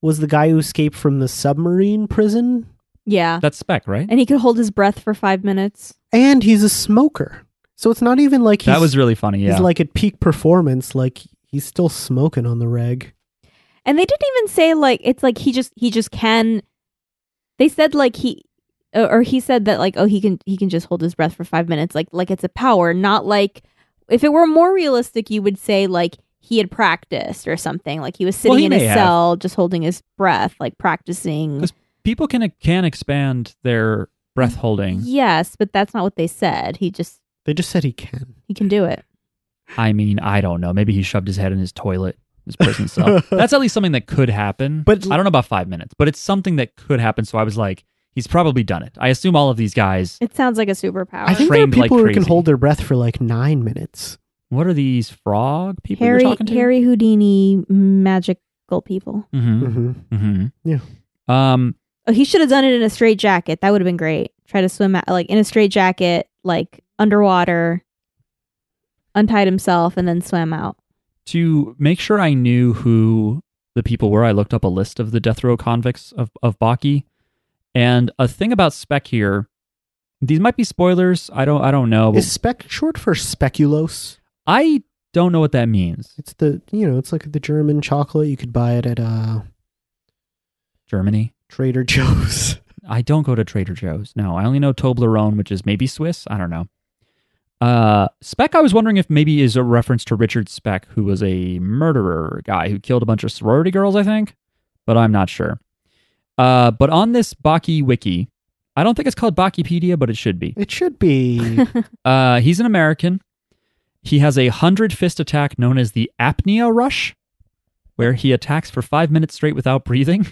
Speaker 3: was the guy who escaped from the submarine prison
Speaker 4: Yeah.
Speaker 2: That's spec, right?
Speaker 4: And he could hold his breath for five minutes.
Speaker 3: and he's a smoker. So it's not even like he's,
Speaker 2: That was really funny. Yeah.
Speaker 3: he's like at peak performance like he's still smoking on the reg.
Speaker 4: And they didn't even say like it's like he just he just can. They said like he uh, or he said that like oh he can he can just hold his breath for five minutes like like it's a power not like if it were more realistic you would say like he had practiced or something like he was sitting
Speaker 2: Well, he
Speaker 4: in his
Speaker 2: may have.
Speaker 4: cell just holding his breath like practicing.
Speaker 2: 'Cause People can can expand their
Speaker 3: Mm,
Speaker 2: breath holding.
Speaker 4: Yes, but that's not what they said. He just
Speaker 3: They just said he can.
Speaker 4: he can do it.
Speaker 2: I mean, I don't know. Maybe he shoved his head in his toilet, his prison cell. That's at least something that could happen.
Speaker 3: But-
Speaker 2: I don't know about five minutes, but it's something that could happen. So I was like, he's probably done it. I assume all of these guys.
Speaker 4: It sounds like a superpower.
Speaker 3: I think there are
Speaker 2: trained like
Speaker 3: people who can
Speaker 2: crazy.
Speaker 3: hold their breath for like 9 minutes.
Speaker 2: What are these frog people
Speaker 4: Harry
Speaker 2: you're talking to?
Speaker 4: Harry Houdini magical people.
Speaker 2: hmm
Speaker 3: hmm
Speaker 2: hmm
Speaker 3: Yeah.
Speaker 2: Um.
Speaker 4: Oh, he should have done it in a straight jacket. That would have been great. Try to swim out, like in a straight jacket, like underwater, untied himself, and then swam out.
Speaker 2: to make sure I knew who the people were, I looked up a list of the death row convicts of, of Baki. And a thing about Spec here, these might be spoilers. I don't I don't know.
Speaker 3: Is spec short for speculoos?
Speaker 2: I don't know what that means.
Speaker 3: It's the, you know, it's like the German chocolate you could buy it at uh
Speaker 2: Germany.
Speaker 3: Trader Joe's.
Speaker 2: I don't go to Trader Joe's. No, I only know Toblerone, which is maybe Swiss. I don't know. Uh, Speck, I was wondering if maybe is a reference to Richard Speck, who was a murderer guy who killed a bunch of sorority girls, I think, but I'm not sure. Uh, but on this Baki wiki, I don't think it's called Bakipedia, but it should be.
Speaker 3: It should be.
Speaker 2: Uh, he's an American. He has a hundred fist attack known as the apnea rush, where he attacks for five minutes straight without breathing.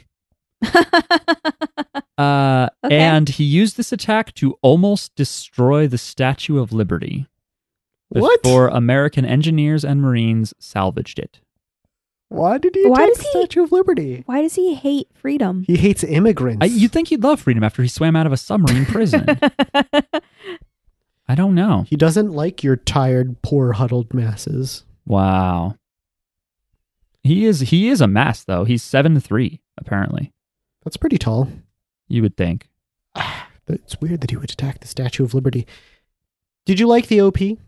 Speaker 2: Uh,
Speaker 4: Okay.
Speaker 2: And he used this attack to almost destroy the Statue of Liberty
Speaker 3: what?
Speaker 2: before American engineers and Marines salvaged it.
Speaker 3: Why did he
Speaker 4: Why
Speaker 3: attack
Speaker 4: does
Speaker 3: the
Speaker 4: he-
Speaker 3: Statue of Liberty?
Speaker 4: Why does he hate freedom?
Speaker 3: He hates immigrants.
Speaker 2: I, you'd think he'd love freedom after he swam out of a submarine prison. I don't know.
Speaker 3: he doesn't like your tired, poor, huddled masses.
Speaker 2: Wow. He is he is a mass though. He's seven three apparently.
Speaker 3: That's pretty tall.
Speaker 2: You would think.
Speaker 3: But it's weird that he would attack the Statue of Liberty. Did you like the OP?
Speaker 4: it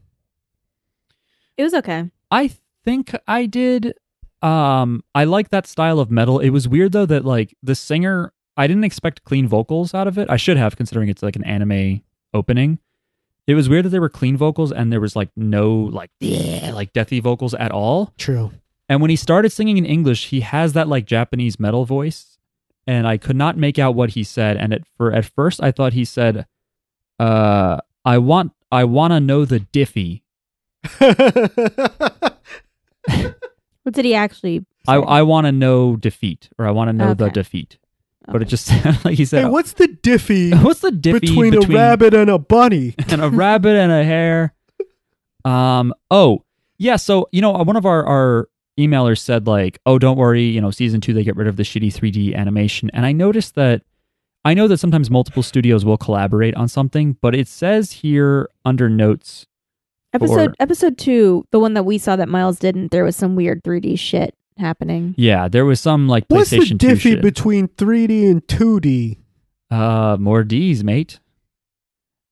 Speaker 4: was okay.
Speaker 2: I think I did. Um, I like that style of metal. It was weird though that like the singer, I didn't expect clean vocals out of it. I should have, considering it's like an anime opening. It was weird that there were clean vocals and there was like no like yeah, like deathy vocals at all.
Speaker 3: True.
Speaker 2: And when he started singing in English, he has that like Japanese metal voice, and I could not make out what he said. And at for at first, I thought he said, "Uh, I want I wanna know the diffy."
Speaker 4: What did he actually?
Speaker 2: I,
Speaker 4: say?
Speaker 2: I want to know defeat, or I want to know the
Speaker 4: Okay.
Speaker 2: defeat. But it just sounded like he said,
Speaker 3: hey, what's the diffy
Speaker 2: "What's the diffy
Speaker 3: between,
Speaker 2: between,
Speaker 3: a rabbit and a bunny?
Speaker 2: and a rabbit and a hare?" Um. Oh, yeah. So you know, one of our our emailers said like, "Oh, don't worry, you know, season 2 they get rid of the shitty 3D animation." And I noticed that I know that sometimes multiple studios will collaborate on something, but it says here under notes
Speaker 4: Episode
Speaker 2: Or-
Speaker 4: episode two, the one that we saw that Miles didn't, there was some weird 3D shit happening.
Speaker 2: Yeah, there was some like
Speaker 3: What's the
Speaker 2: PlayStation 2
Speaker 3: diffy
Speaker 2: shit.
Speaker 3: between 3D and 2D?
Speaker 2: uh, more D's, mate.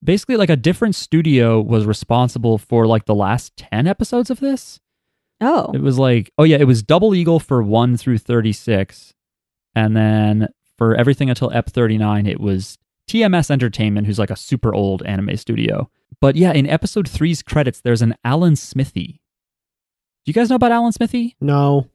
Speaker 2: Basically, like a different studio was responsible for like the last ten episodes of this.
Speaker 4: Oh,
Speaker 2: It was like, oh yeah, it was Double Eagle for one through thirty six, and then for everything until Ep thirty nine, it was TMS Entertainment, who's like a super old anime studio. But yeah, in episode three's credits, there's an Alan Smithy. Do you guys know about Alan Smithy?
Speaker 3: No.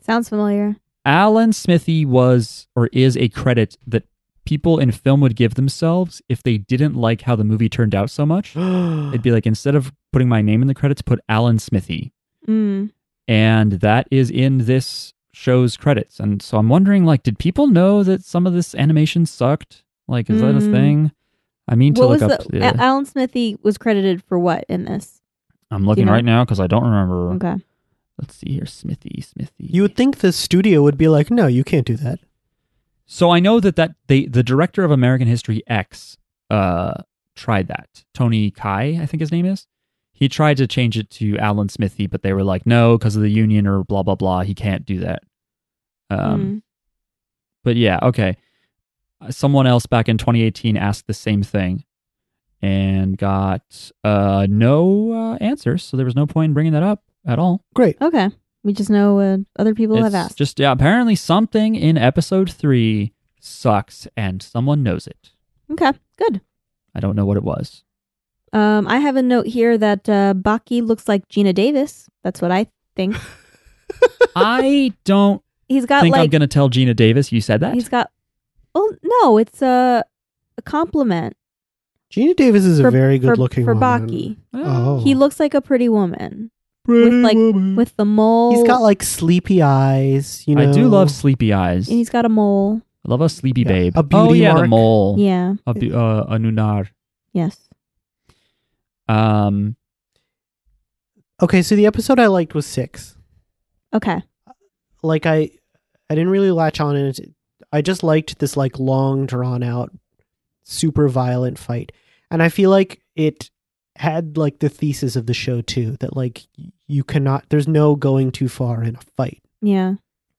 Speaker 4: sounds familiar.
Speaker 2: Alan Smithy was or is a credit that people in film would give themselves if they didn't like how the movie turned out so much. It'd be like instead of putting my name in the credits, put Alan Smithy.
Speaker 4: Mm.
Speaker 2: And that is in this show's credits. And so I'm wondering like did people know that some of this animation sucked? Like is that a
Speaker 4: Mm.
Speaker 2: thing? I mean to
Speaker 4: What was
Speaker 2: look
Speaker 4: the,
Speaker 2: up the,
Speaker 4: A- Alan Smithy was credited for what in this?
Speaker 2: I'm looking
Speaker 4: know?
Speaker 2: right now cuz I don't remember.
Speaker 4: Okay,
Speaker 2: Let's see here Smithy, Smithy.
Speaker 3: you would think the studio would be like, no, you can't do that.
Speaker 2: So I know that that they the director of American History X uh tried that. Tony Kai, I think his name is. He tried to change it to Alan Smithy, but they were like, no, because of the union or blah blah blah. He can't do that. Um,
Speaker 4: Mm.
Speaker 2: but yeah, okay. Uh, Someone else back in 2018 asked the same thing and got uh no uh, answers, so there was no point in bringing that up at all.
Speaker 3: Great.
Speaker 4: Mm. okay. We just know uh, other people have
Speaker 2: It's
Speaker 4: asked.
Speaker 2: Just yeah, apparently something in episode three sucks, and someone knows it.
Speaker 4: okay, good.
Speaker 2: I don't know what it was.
Speaker 4: Um, I have a note here that uh, Baki looks like Gina Davis. That's what I think.
Speaker 2: I don't
Speaker 4: He's got
Speaker 2: think I'm
Speaker 4: like
Speaker 2: going to tell Gina Davis you said that.
Speaker 4: he's got. Oh no, it's a, a compliment.
Speaker 3: Gina Davis is
Speaker 4: for-
Speaker 3: a very
Speaker 4: for-
Speaker 3: good looking
Speaker 4: for
Speaker 3: woman.
Speaker 4: Baki.
Speaker 2: Oh.
Speaker 3: Oh.
Speaker 4: He looks like a pretty woman
Speaker 3: Pretty
Speaker 4: with, like,
Speaker 3: woman.
Speaker 4: with the mole.
Speaker 3: He's got like sleepy eyes, you know.
Speaker 2: I do love sleepy eyes.
Speaker 4: and he's got a mole.
Speaker 2: I love a sleepy
Speaker 3: Yeah,
Speaker 2: babe.
Speaker 3: a
Speaker 2: oh
Speaker 3: beauty
Speaker 2: yeah, the
Speaker 3: mark.
Speaker 2: mole.
Speaker 4: Yeah.
Speaker 2: A, bu- uh, a nunar.
Speaker 4: Yes.
Speaker 2: Um,
Speaker 3: Okay, so the episode I liked was 6.
Speaker 4: Okay.
Speaker 3: Like I I didn't really latch on it. I just liked this like long drawn out super violent fight. And I feel like it had like the thesis of the show too that like you cannot there's no going too far in a fight.
Speaker 4: Yeah.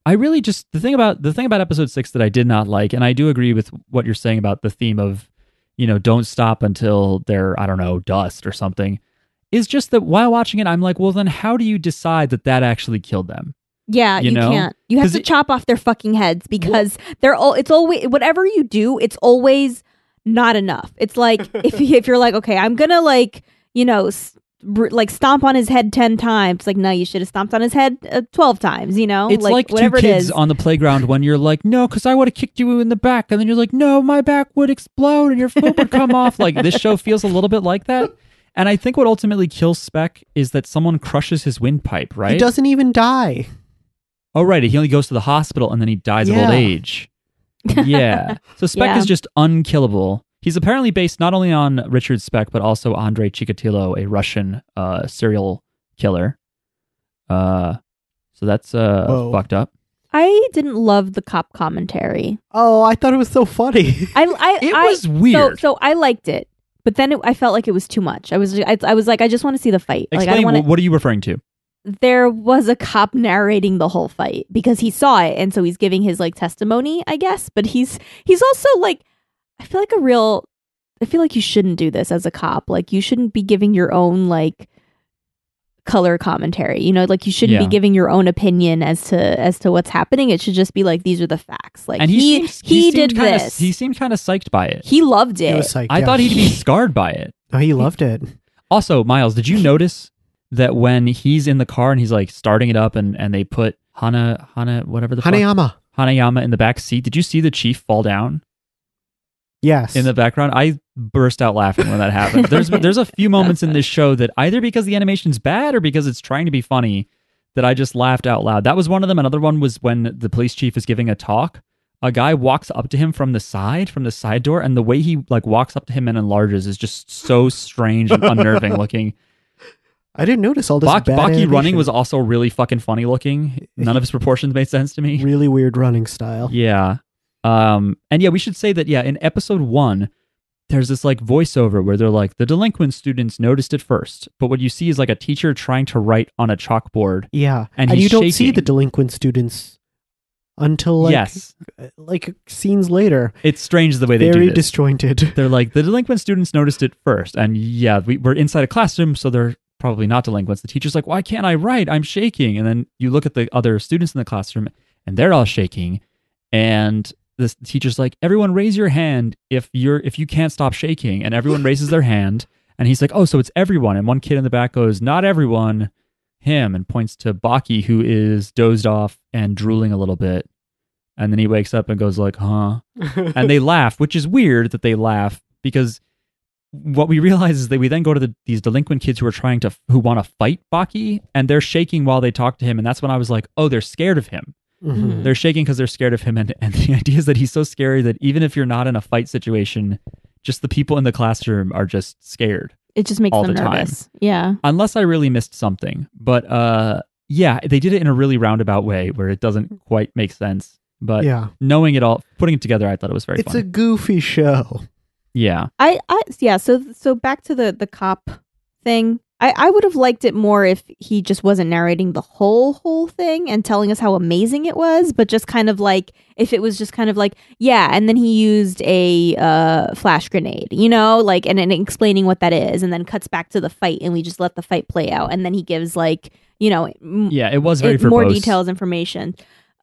Speaker 2: I really just the thing about the thing about episode six that I did not like, and I do agree with what you're saying about the theme of, you know, don't stop until they're I don't know dust or something, is just that while watching it, I'm like, well, then how do you decide that that actually killed them?
Speaker 4: Yeah,
Speaker 2: You
Speaker 4: you,
Speaker 2: know?
Speaker 4: can't. You have
Speaker 2: 'Cause
Speaker 4: to
Speaker 2: it-
Speaker 4: chop off their fucking heads because they're all. It's always whatever you do. It's always not enough. It's like if you- if you're like, okay, I'm gonna like you know s- br- like stomp on his head ten times. Like, no, you should have stomped on his head uh, twelve times. You know,
Speaker 2: it's like,
Speaker 4: whatever
Speaker 2: two
Speaker 4: it
Speaker 2: kids
Speaker 4: is.
Speaker 2: on the playground when you're like, no, because I would have kicked you in the back, and then you're like, no, my back would explode and your foot would come off. Like this show feels a little bit like that, and I think what ultimately kills Spec is that someone crushes his windpipe, right?
Speaker 3: He doesn't even die.
Speaker 2: Oh, right. He only goes to the hospital and then he dies of old
Speaker 3: Yeah.
Speaker 2: age. Yeah. So Speck
Speaker 4: Yeah.
Speaker 2: is just unkillable. He's apparently based not only on Richard Speck, but also Andrei Chikatilo, a Russian uh, serial killer. Uh, so that's uh,
Speaker 3: Whoa.
Speaker 2: fucked up.
Speaker 4: I didn't love the cop commentary.
Speaker 3: Oh, I thought it was so funny.
Speaker 4: I I
Speaker 2: It
Speaker 4: I,
Speaker 2: was weird.
Speaker 4: So, so I liked it, but then it, I felt like it was too much. I was I, I was like, I just want to see the fight. like I
Speaker 2: Explain,
Speaker 4: don't want
Speaker 2: wh- what are you referring to?
Speaker 4: there was a cop narrating the whole fight because he saw it and so he's giving his like testimony i guess but he's he's also like i feel like a real i feel like you shouldn't do this as a cop like you shouldn't be giving your own like color commentary you know like you shouldn't
Speaker 2: Yeah.
Speaker 4: be giving your own opinion as to as to what's happening it should just be like these are the facts like
Speaker 2: and he,
Speaker 4: he
Speaker 2: seems-
Speaker 4: he,
Speaker 2: seemed
Speaker 4: did
Speaker 2: kinda,
Speaker 4: this
Speaker 2: He seemed kind of psyched by it.
Speaker 4: he loved
Speaker 3: He
Speaker 4: it
Speaker 3: was psyched
Speaker 2: I
Speaker 3: out.
Speaker 2: thought he'd be scarred by it.
Speaker 3: No, he loved it.
Speaker 2: Also, Miles, did you notice that when he's in the car and he's like starting it up and, and they put Hana, Hana, whatever the fuck-
Speaker 3: Hanayama.
Speaker 2: Hanayama in the back seat. Did you see the chief fall down
Speaker 3: Yes.
Speaker 2: in the background? I burst out laughing when that happened. There's there's a few moments in this show that either because the animation's bad or because it's trying to be funny that I just laughed out loud. That was one of them. Another one was when the police chief is giving a talk. A guy walks up to him from the side, from the side door, and the way he like walks up to him and enlarges is just so strange and unnerving looking.
Speaker 3: I didn't notice all this.
Speaker 2: Bak-
Speaker 3: bad
Speaker 2: Baki
Speaker 3: animation.
Speaker 2: running was also really fucking funny looking. None of his proportions made sense to me.
Speaker 3: really weird running style.
Speaker 2: Yeah. Um, and yeah, we should say that, yeah, in episode one, there's this like voiceover where they're like, the delinquent students noticed it first. But what you see is like a teacher trying to write on a chalkboard.
Speaker 3: Yeah,
Speaker 2: And
Speaker 3: you
Speaker 2: he's
Speaker 3: don't see
Speaker 2: shaking.
Speaker 3: the delinquent students until like
Speaker 2: yes.
Speaker 3: like scenes later.
Speaker 2: It's strange the way they
Speaker 3: Very
Speaker 2: do this.
Speaker 3: disjointed.
Speaker 2: they're like, the delinquent students noticed it first. And yeah, we, we're inside a classroom, so they're probably not delinquents. The teacher's like, why can't I write? I'm shaking. And then you look at the other students in the classroom and they're all shaking. And this the teacher's like, everyone raise your hand if you're if you can't stop shaking. And everyone raises their hand. And he's like, oh, so it's everyone. And one kid in the back goes, not everyone, him, and points to Baki, who is dozed off and drooling a little bit. And then he wakes up and goes like, huh? and they laugh, which is weird that they laugh because what we realize is that we then go to the, these delinquent kids who are trying to who want to fight Baki, and they're shaking while they talk to him, and that's when I was like, oh, they're scared of him.
Speaker 3: Mhm.
Speaker 2: They're shaking because they're scared of him, and and the idea is that he's so scary that even if you're not in a fight situation, just the people in the classroom are just scared.
Speaker 4: It just makes
Speaker 2: All
Speaker 4: them
Speaker 2: the time.
Speaker 4: nervous. Yeah.
Speaker 2: Unless I really missed something, but uh, yeah, they did it in a really roundabout way where it doesn't quite make sense. But
Speaker 3: yeah,
Speaker 2: knowing it all, putting it together, I thought it was very
Speaker 3: it's
Speaker 2: fun.
Speaker 3: a goofy show.
Speaker 2: yeah.
Speaker 4: I, I yeah, so so back to the the cop thing. I I would have liked it more if he just wasn't narrating the whole whole thing and telling us how amazing it was, but just kind of like if it was just kind of like yeah, and then he used a uh flash grenade, you know, like and and explaining what that is and then cuts back to the fight and we just let the fight play out and then he gives like, you know, m-
Speaker 2: Yeah, it was very
Speaker 4: it- more
Speaker 2: verbose.
Speaker 4: details information.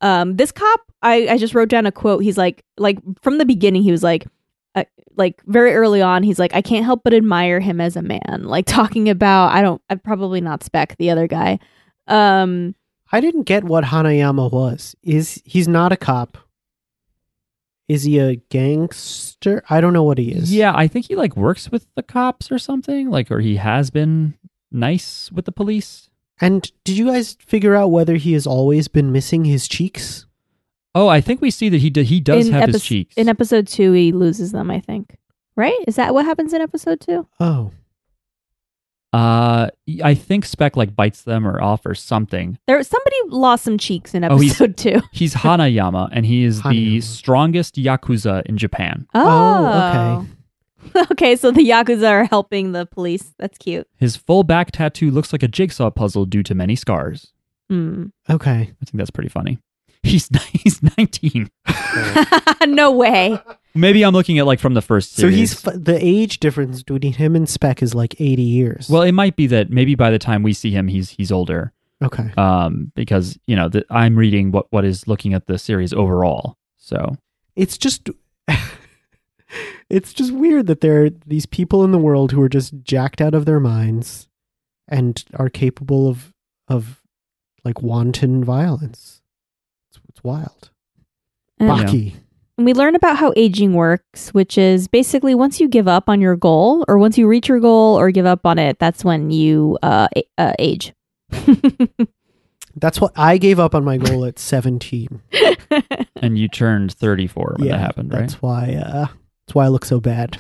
Speaker 4: Um, this cop, I, I just wrote down a quote. He's like, like from the beginning, he was like, uh, like very early on, he's like, I can't help but admire him as a man. Like talking about, I don't, I'm probably not spec the other guy. Um,
Speaker 3: I didn't get what Hanayama was. Is he's not a cop? Is he a gangster? I don't know what he is.
Speaker 2: Yeah, I think he like works with the cops or something, like or he has been nice with the police.
Speaker 3: And did you guys figure out whether he has always been missing his cheeks?
Speaker 2: Oh, I think we see that he do, he does
Speaker 4: in
Speaker 2: have
Speaker 4: epi-
Speaker 2: his cheeks.
Speaker 4: In episode two, he loses them. I think. Right? Is that what happens in episode two?
Speaker 3: Oh,
Speaker 2: uh I think Spec like bites them or off or something.
Speaker 4: There, somebody lost some cheeks in
Speaker 2: Oh, he's-
Speaker 4: episode two.
Speaker 2: He's Hanayama and he is the
Speaker 3: Hanayama.
Speaker 2: strongest yakuza in Japan.
Speaker 3: Oh,
Speaker 4: okay. okay, so the yakuza are helping the police. That's cute.
Speaker 2: His full back tattoo looks like a jigsaw puzzle due to many scars.
Speaker 4: Hmm.
Speaker 3: okay.
Speaker 2: I think that's pretty funny. He's he's 19.
Speaker 4: no way.
Speaker 2: Maybe I'm looking at like from the first
Speaker 3: So
Speaker 2: series.
Speaker 3: he's f- the age difference between him and Spec is like eighty years.
Speaker 2: well, it might be that maybe by the time we see him he's he's older.
Speaker 3: okay.
Speaker 2: um, because you know the, I'm reading what what is looking at the series overall. So
Speaker 3: It's just, it's just weird that there are these people in the world who are just jacked out of their minds, and are capable of of like wanton violence. It's, it's wild.
Speaker 4: And-
Speaker 3: Baki.
Speaker 4: And we learn about how aging works, which is basically once you give up on your goal, or once you reach your goal or give up on it, that's when you uh, a- uh, age.
Speaker 3: That's what I gave up on my goal at seventeen.
Speaker 2: and you turned 34 when that happened, right?
Speaker 3: That's why. Uh, that's why I look so bad.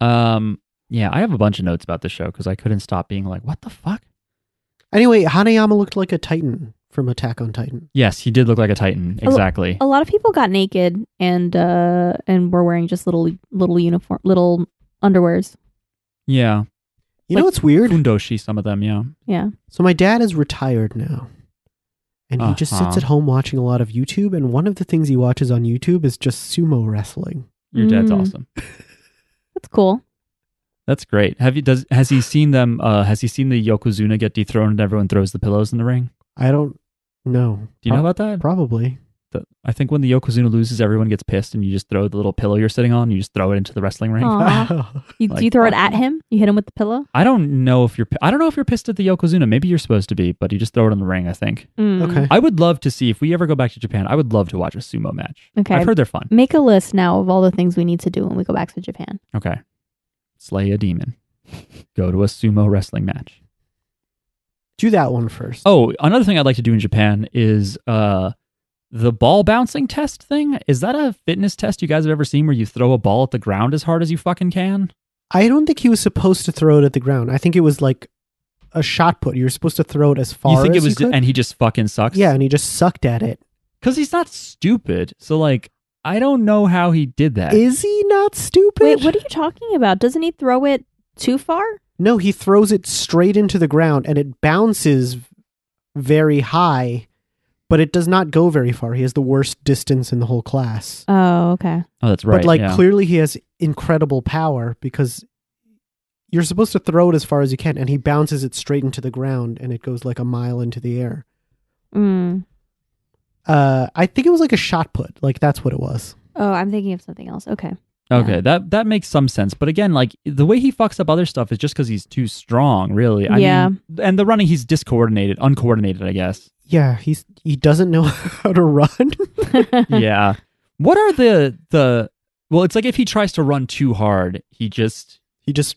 Speaker 2: Um, yeah, I have a bunch of notes about the show because I couldn't stop being like, "What the fuck?"
Speaker 3: Anyway, Hanayama looked like a Titan from Attack on Titan.
Speaker 2: Yes, he did look like a titan.
Speaker 4: Oh,
Speaker 2: Exactly.
Speaker 4: a lot of people got naked and uh, and were wearing just little little uniform little underwears.
Speaker 2: yeah,
Speaker 3: You
Speaker 2: Like-
Speaker 3: know what's weird?
Speaker 2: Fundoshi. Some of them. Yeah.
Speaker 4: Yeah,
Speaker 3: So my dad is retired now. And he just
Speaker 2: Uh-huh.
Speaker 3: sits at home watching a lot of YouTube and one of the things he watches on YouTube is just sumo wrestling.
Speaker 2: Your dad's
Speaker 4: Mm.
Speaker 2: awesome.
Speaker 4: that's cool.
Speaker 2: That's great. Have you does has he seen them? Uh, has he seen the Yokozuna get dethroned and everyone throws the pillows in the ring?
Speaker 3: I don't know.
Speaker 2: Do you know about that?
Speaker 3: Probably.
Speaker 2: The- I think when the Yokozuna loses, everyone gets pissed, and you just throw the little pillow you're sitting on. You just throw it into the wrestling ring.
Speaker 4: Aw. You,
Speaker 2: Like
Speaker 4: do you throw it
Speaker 2: that.
Speaker 4: at him? You hit him with the pillow?
Speaker 2: I don't know if you're. pi- I don't know if you're pissed at the yokozuna. Maybe you're supposed to be, but you just throw it on the ring. I think.
Speaker 4: Mm.
Speaker 3: okay.
Speaker 2: I would love to see if we ever go back to Japan. I would love to watch a sumo match.
Speaker 4: Okay.
Speaker 2: I've heard they're fun.
Speaker 4: Make a list now of all the things we need to do when we go back to Japan.
Speaker 2: Okay, slay a demon, go to a sumo wrestling match.
Speaker 3: Do that one first.
Speaker 2: Oh, another thing I'd like to do in Japan is uh, the ball bouncing test thing. Is that a fitness test you guys have ever seen where you throw a ball at the ground as hard as you fucking can?
Speaker 3: I don't think he was supposed to throw it at the ground. I think it was like a shot put. You were supposed to throw it as far.
Speaker 2: you think it
Speaker 3: as
Speaker 2: was,
Speaker 3: could.
Speaker 2: and he just fucking sucks.
Speaker 3: yeah, and he just sucked at it.
Speaker 2: because he's not stupid. So like, I don't know how he did that.
Speaker 3: Is he not stupid?
Speaker 4: Wait, what are you talking about? Doesn't he throw it too far?
Speaker 3: No, he throws it straight into the ground and it bounces very high, but it does not go very far. He has the worst distance in the whole class.
Speaker 4: Oh, okay.
Speaker 2: oh, that's right.
Speaker 3: but like
Speaker 2: yeah.
Speaker 3: clearly he has incredible power because you're supposed to throw it as far as you can and he bounces it straight into the ground and it goes like a mile into the air.
Speaker 4: Mm.
Speaker 3: Uh, I think it was like a shot put. Like that's what it was.
Speaker 4: Oh, I'm thinking of something else. Okay.
Speaker 2: Okay, that that makes some sense. But again, like the way he fucks up other stuff is just because he's too strong, really. I
Speaker 4: Yeah.
Speaker 2: mean, and the running he's discoordinated, uncoordinated, I guess.
Speaker 3: Yeah, he's he doesn't know how to run.
Speaker 2: yeah. What are the the well, it's like if he tries to run too hard, he just
Speaker 3: he just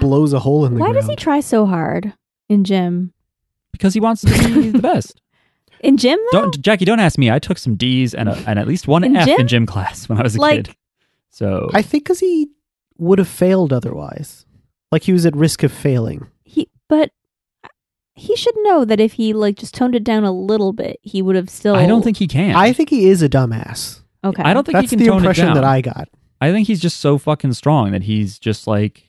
Speaker 3: blows a hole in the
Speaker 4: Why
Speaker 3: ground.
Speaker 4: does he try so hard in gym?
Speaker 2: because he wants to be the best.
Speaker 4: In gym, though?
Speaker 2: Don't Jackie, don't ask me. I took some D's and a, and at least one
Speaker 4: In
Speaker 2: F
Speaker 4: gym?
Speaker 2: in gym class when I was a
Speaker 4: Like-
Speaker 2: kid. So
Speaker 3: I think because he would have failed otherwise. Like he was at risk of failing.
Speaker 4: he, but he should know that if he like just toned it down a little bit, he would have still.
Speaker 2: I don't think he can.
Speaker 3: I think he is a dumbass.
Speaker 4: Okay.
Speaker 2: I don't think
Speaker 3: That's
Speaker 2: he can
Speaker 3: the
Speaker 2: tone it
Speaker 3: impression
Speaker 2: down.
Speaker 3: that I got.
Speaker 2: I think he's just so fucking strong that he's just like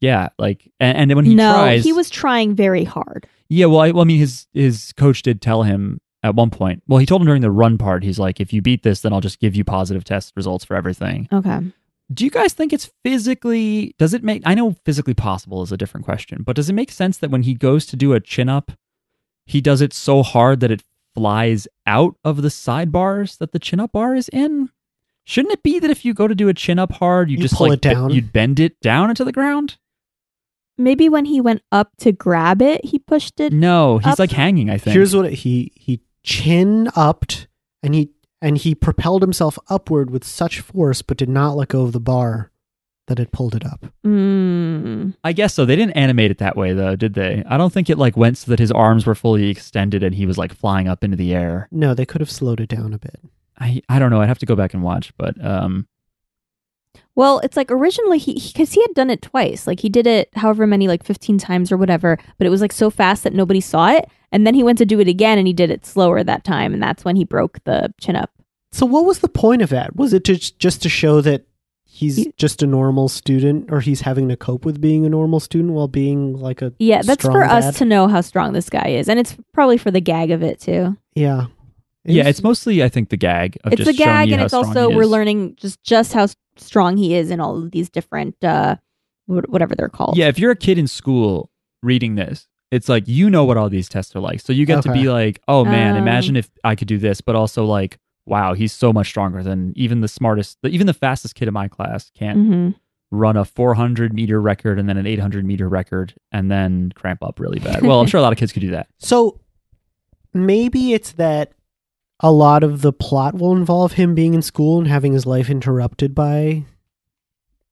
Speaker 2: yeah, like and, and when he
Speaker 4: no,
Speaker 2: tries
Speaker 4: he was trying very hard.
Speaker 2: Yeah, well, I, well, I mean, his his coach did tell him at one point. Well, he told him during the run part. He's like, "If you beat this, then I'll just give you positive test results for everything."
Speaker 4: Okay.
Speaker 2: Do you guys think it's physically? Does it make? I know physically possible is a different question, but does it make sense that when he goes to do a chin up, he does it so hard that it flies out of the sidebars that the chin up bar is in? Shouldn't it be that if you go to do a chin up hard, you,
Speaker 3: You
Speaker 2: just
Speaker 3: pull
Speaker 2: like
Speaker 3: it down.
Speaker 2: be- you'd bend it down into the ground?
Speaker 4: Maybe when he went up to grab it, he pushed it.
Speaker 2: No, he's
Speaker 4: Up.
Speaker 2: like hanging. I think.
Speaker 3: Here's what it- he he chin upped and he and he propelled himself upward with such force, but did not let go of the bar that had pulled it up.
Speaker 4: Mm.
Speaker 2: I guess so. They didn't animate it that way though, did they? I don't think it like went so that his arms were fully extended and he was like flying up into the air.
Speaker 3: No, they could have slowed it down a bit.
Speaker 2: I I don't know. I'd have to go back and watch, but um
Speaker 4: Well, it's like originally he because he had done it twice. Like he did it however many like 15 times or whatever, but it was like so fast that nobody saw it. And then he went to do it again and he did it slower that time and that's when he broke the chin up.
Speaker 3: So what was the point of that? Was it to, just to show that he's
Speaker 4: He-
Speaker 3: just a normal student, or he's having to cope with being a normal student while being like a
Speaker 4: Yeah, that's
Speaker 3: strong
Speaker 4: for
Speaker 3: dad?
Speaker 4: us to know how strong this guy is and it's probably for the gag of it too.
Speaker 3: yeah
Speaker 2: yeah, it's mostly I think the gag of
Speaker 4: it's
Speaker 2: just
Speaker 4: a
Speaker 2: showing
Speaker 4: gag
Speaker 2: you
Speaker 4: and
Speaker 2: how
Speaker 4: it's
Speaker 2: strong
Speaker 4: also
Speaker 2: he
Speaker 4: we're
Speaker 2: is.
Speaker 4: learning just just how s- strong he is in all of these different uh wh- whatever they're called.
Speaker 2: Yeah, if you're a kid in school reading this, it's like you know what all these tests are like. So you get to
Speaker 3: Okay.
Speaker 2: be like, "Oh man,
Speaker 4: Um.
Speaker 2: imagine if I could do this," but also like, "Wow, he's so much stronger than even the smartest, even the fastest kid in my class can't
Speaker 4: Mhm.
Speaker 2: run a 400 meter record and then an 800 meter record and then cramp up really bad. Well, I'm sure a lot of kids could do that.
Speaker 3: So maybe it's that a lot of the plot will involve him being in school and having his life interrupted by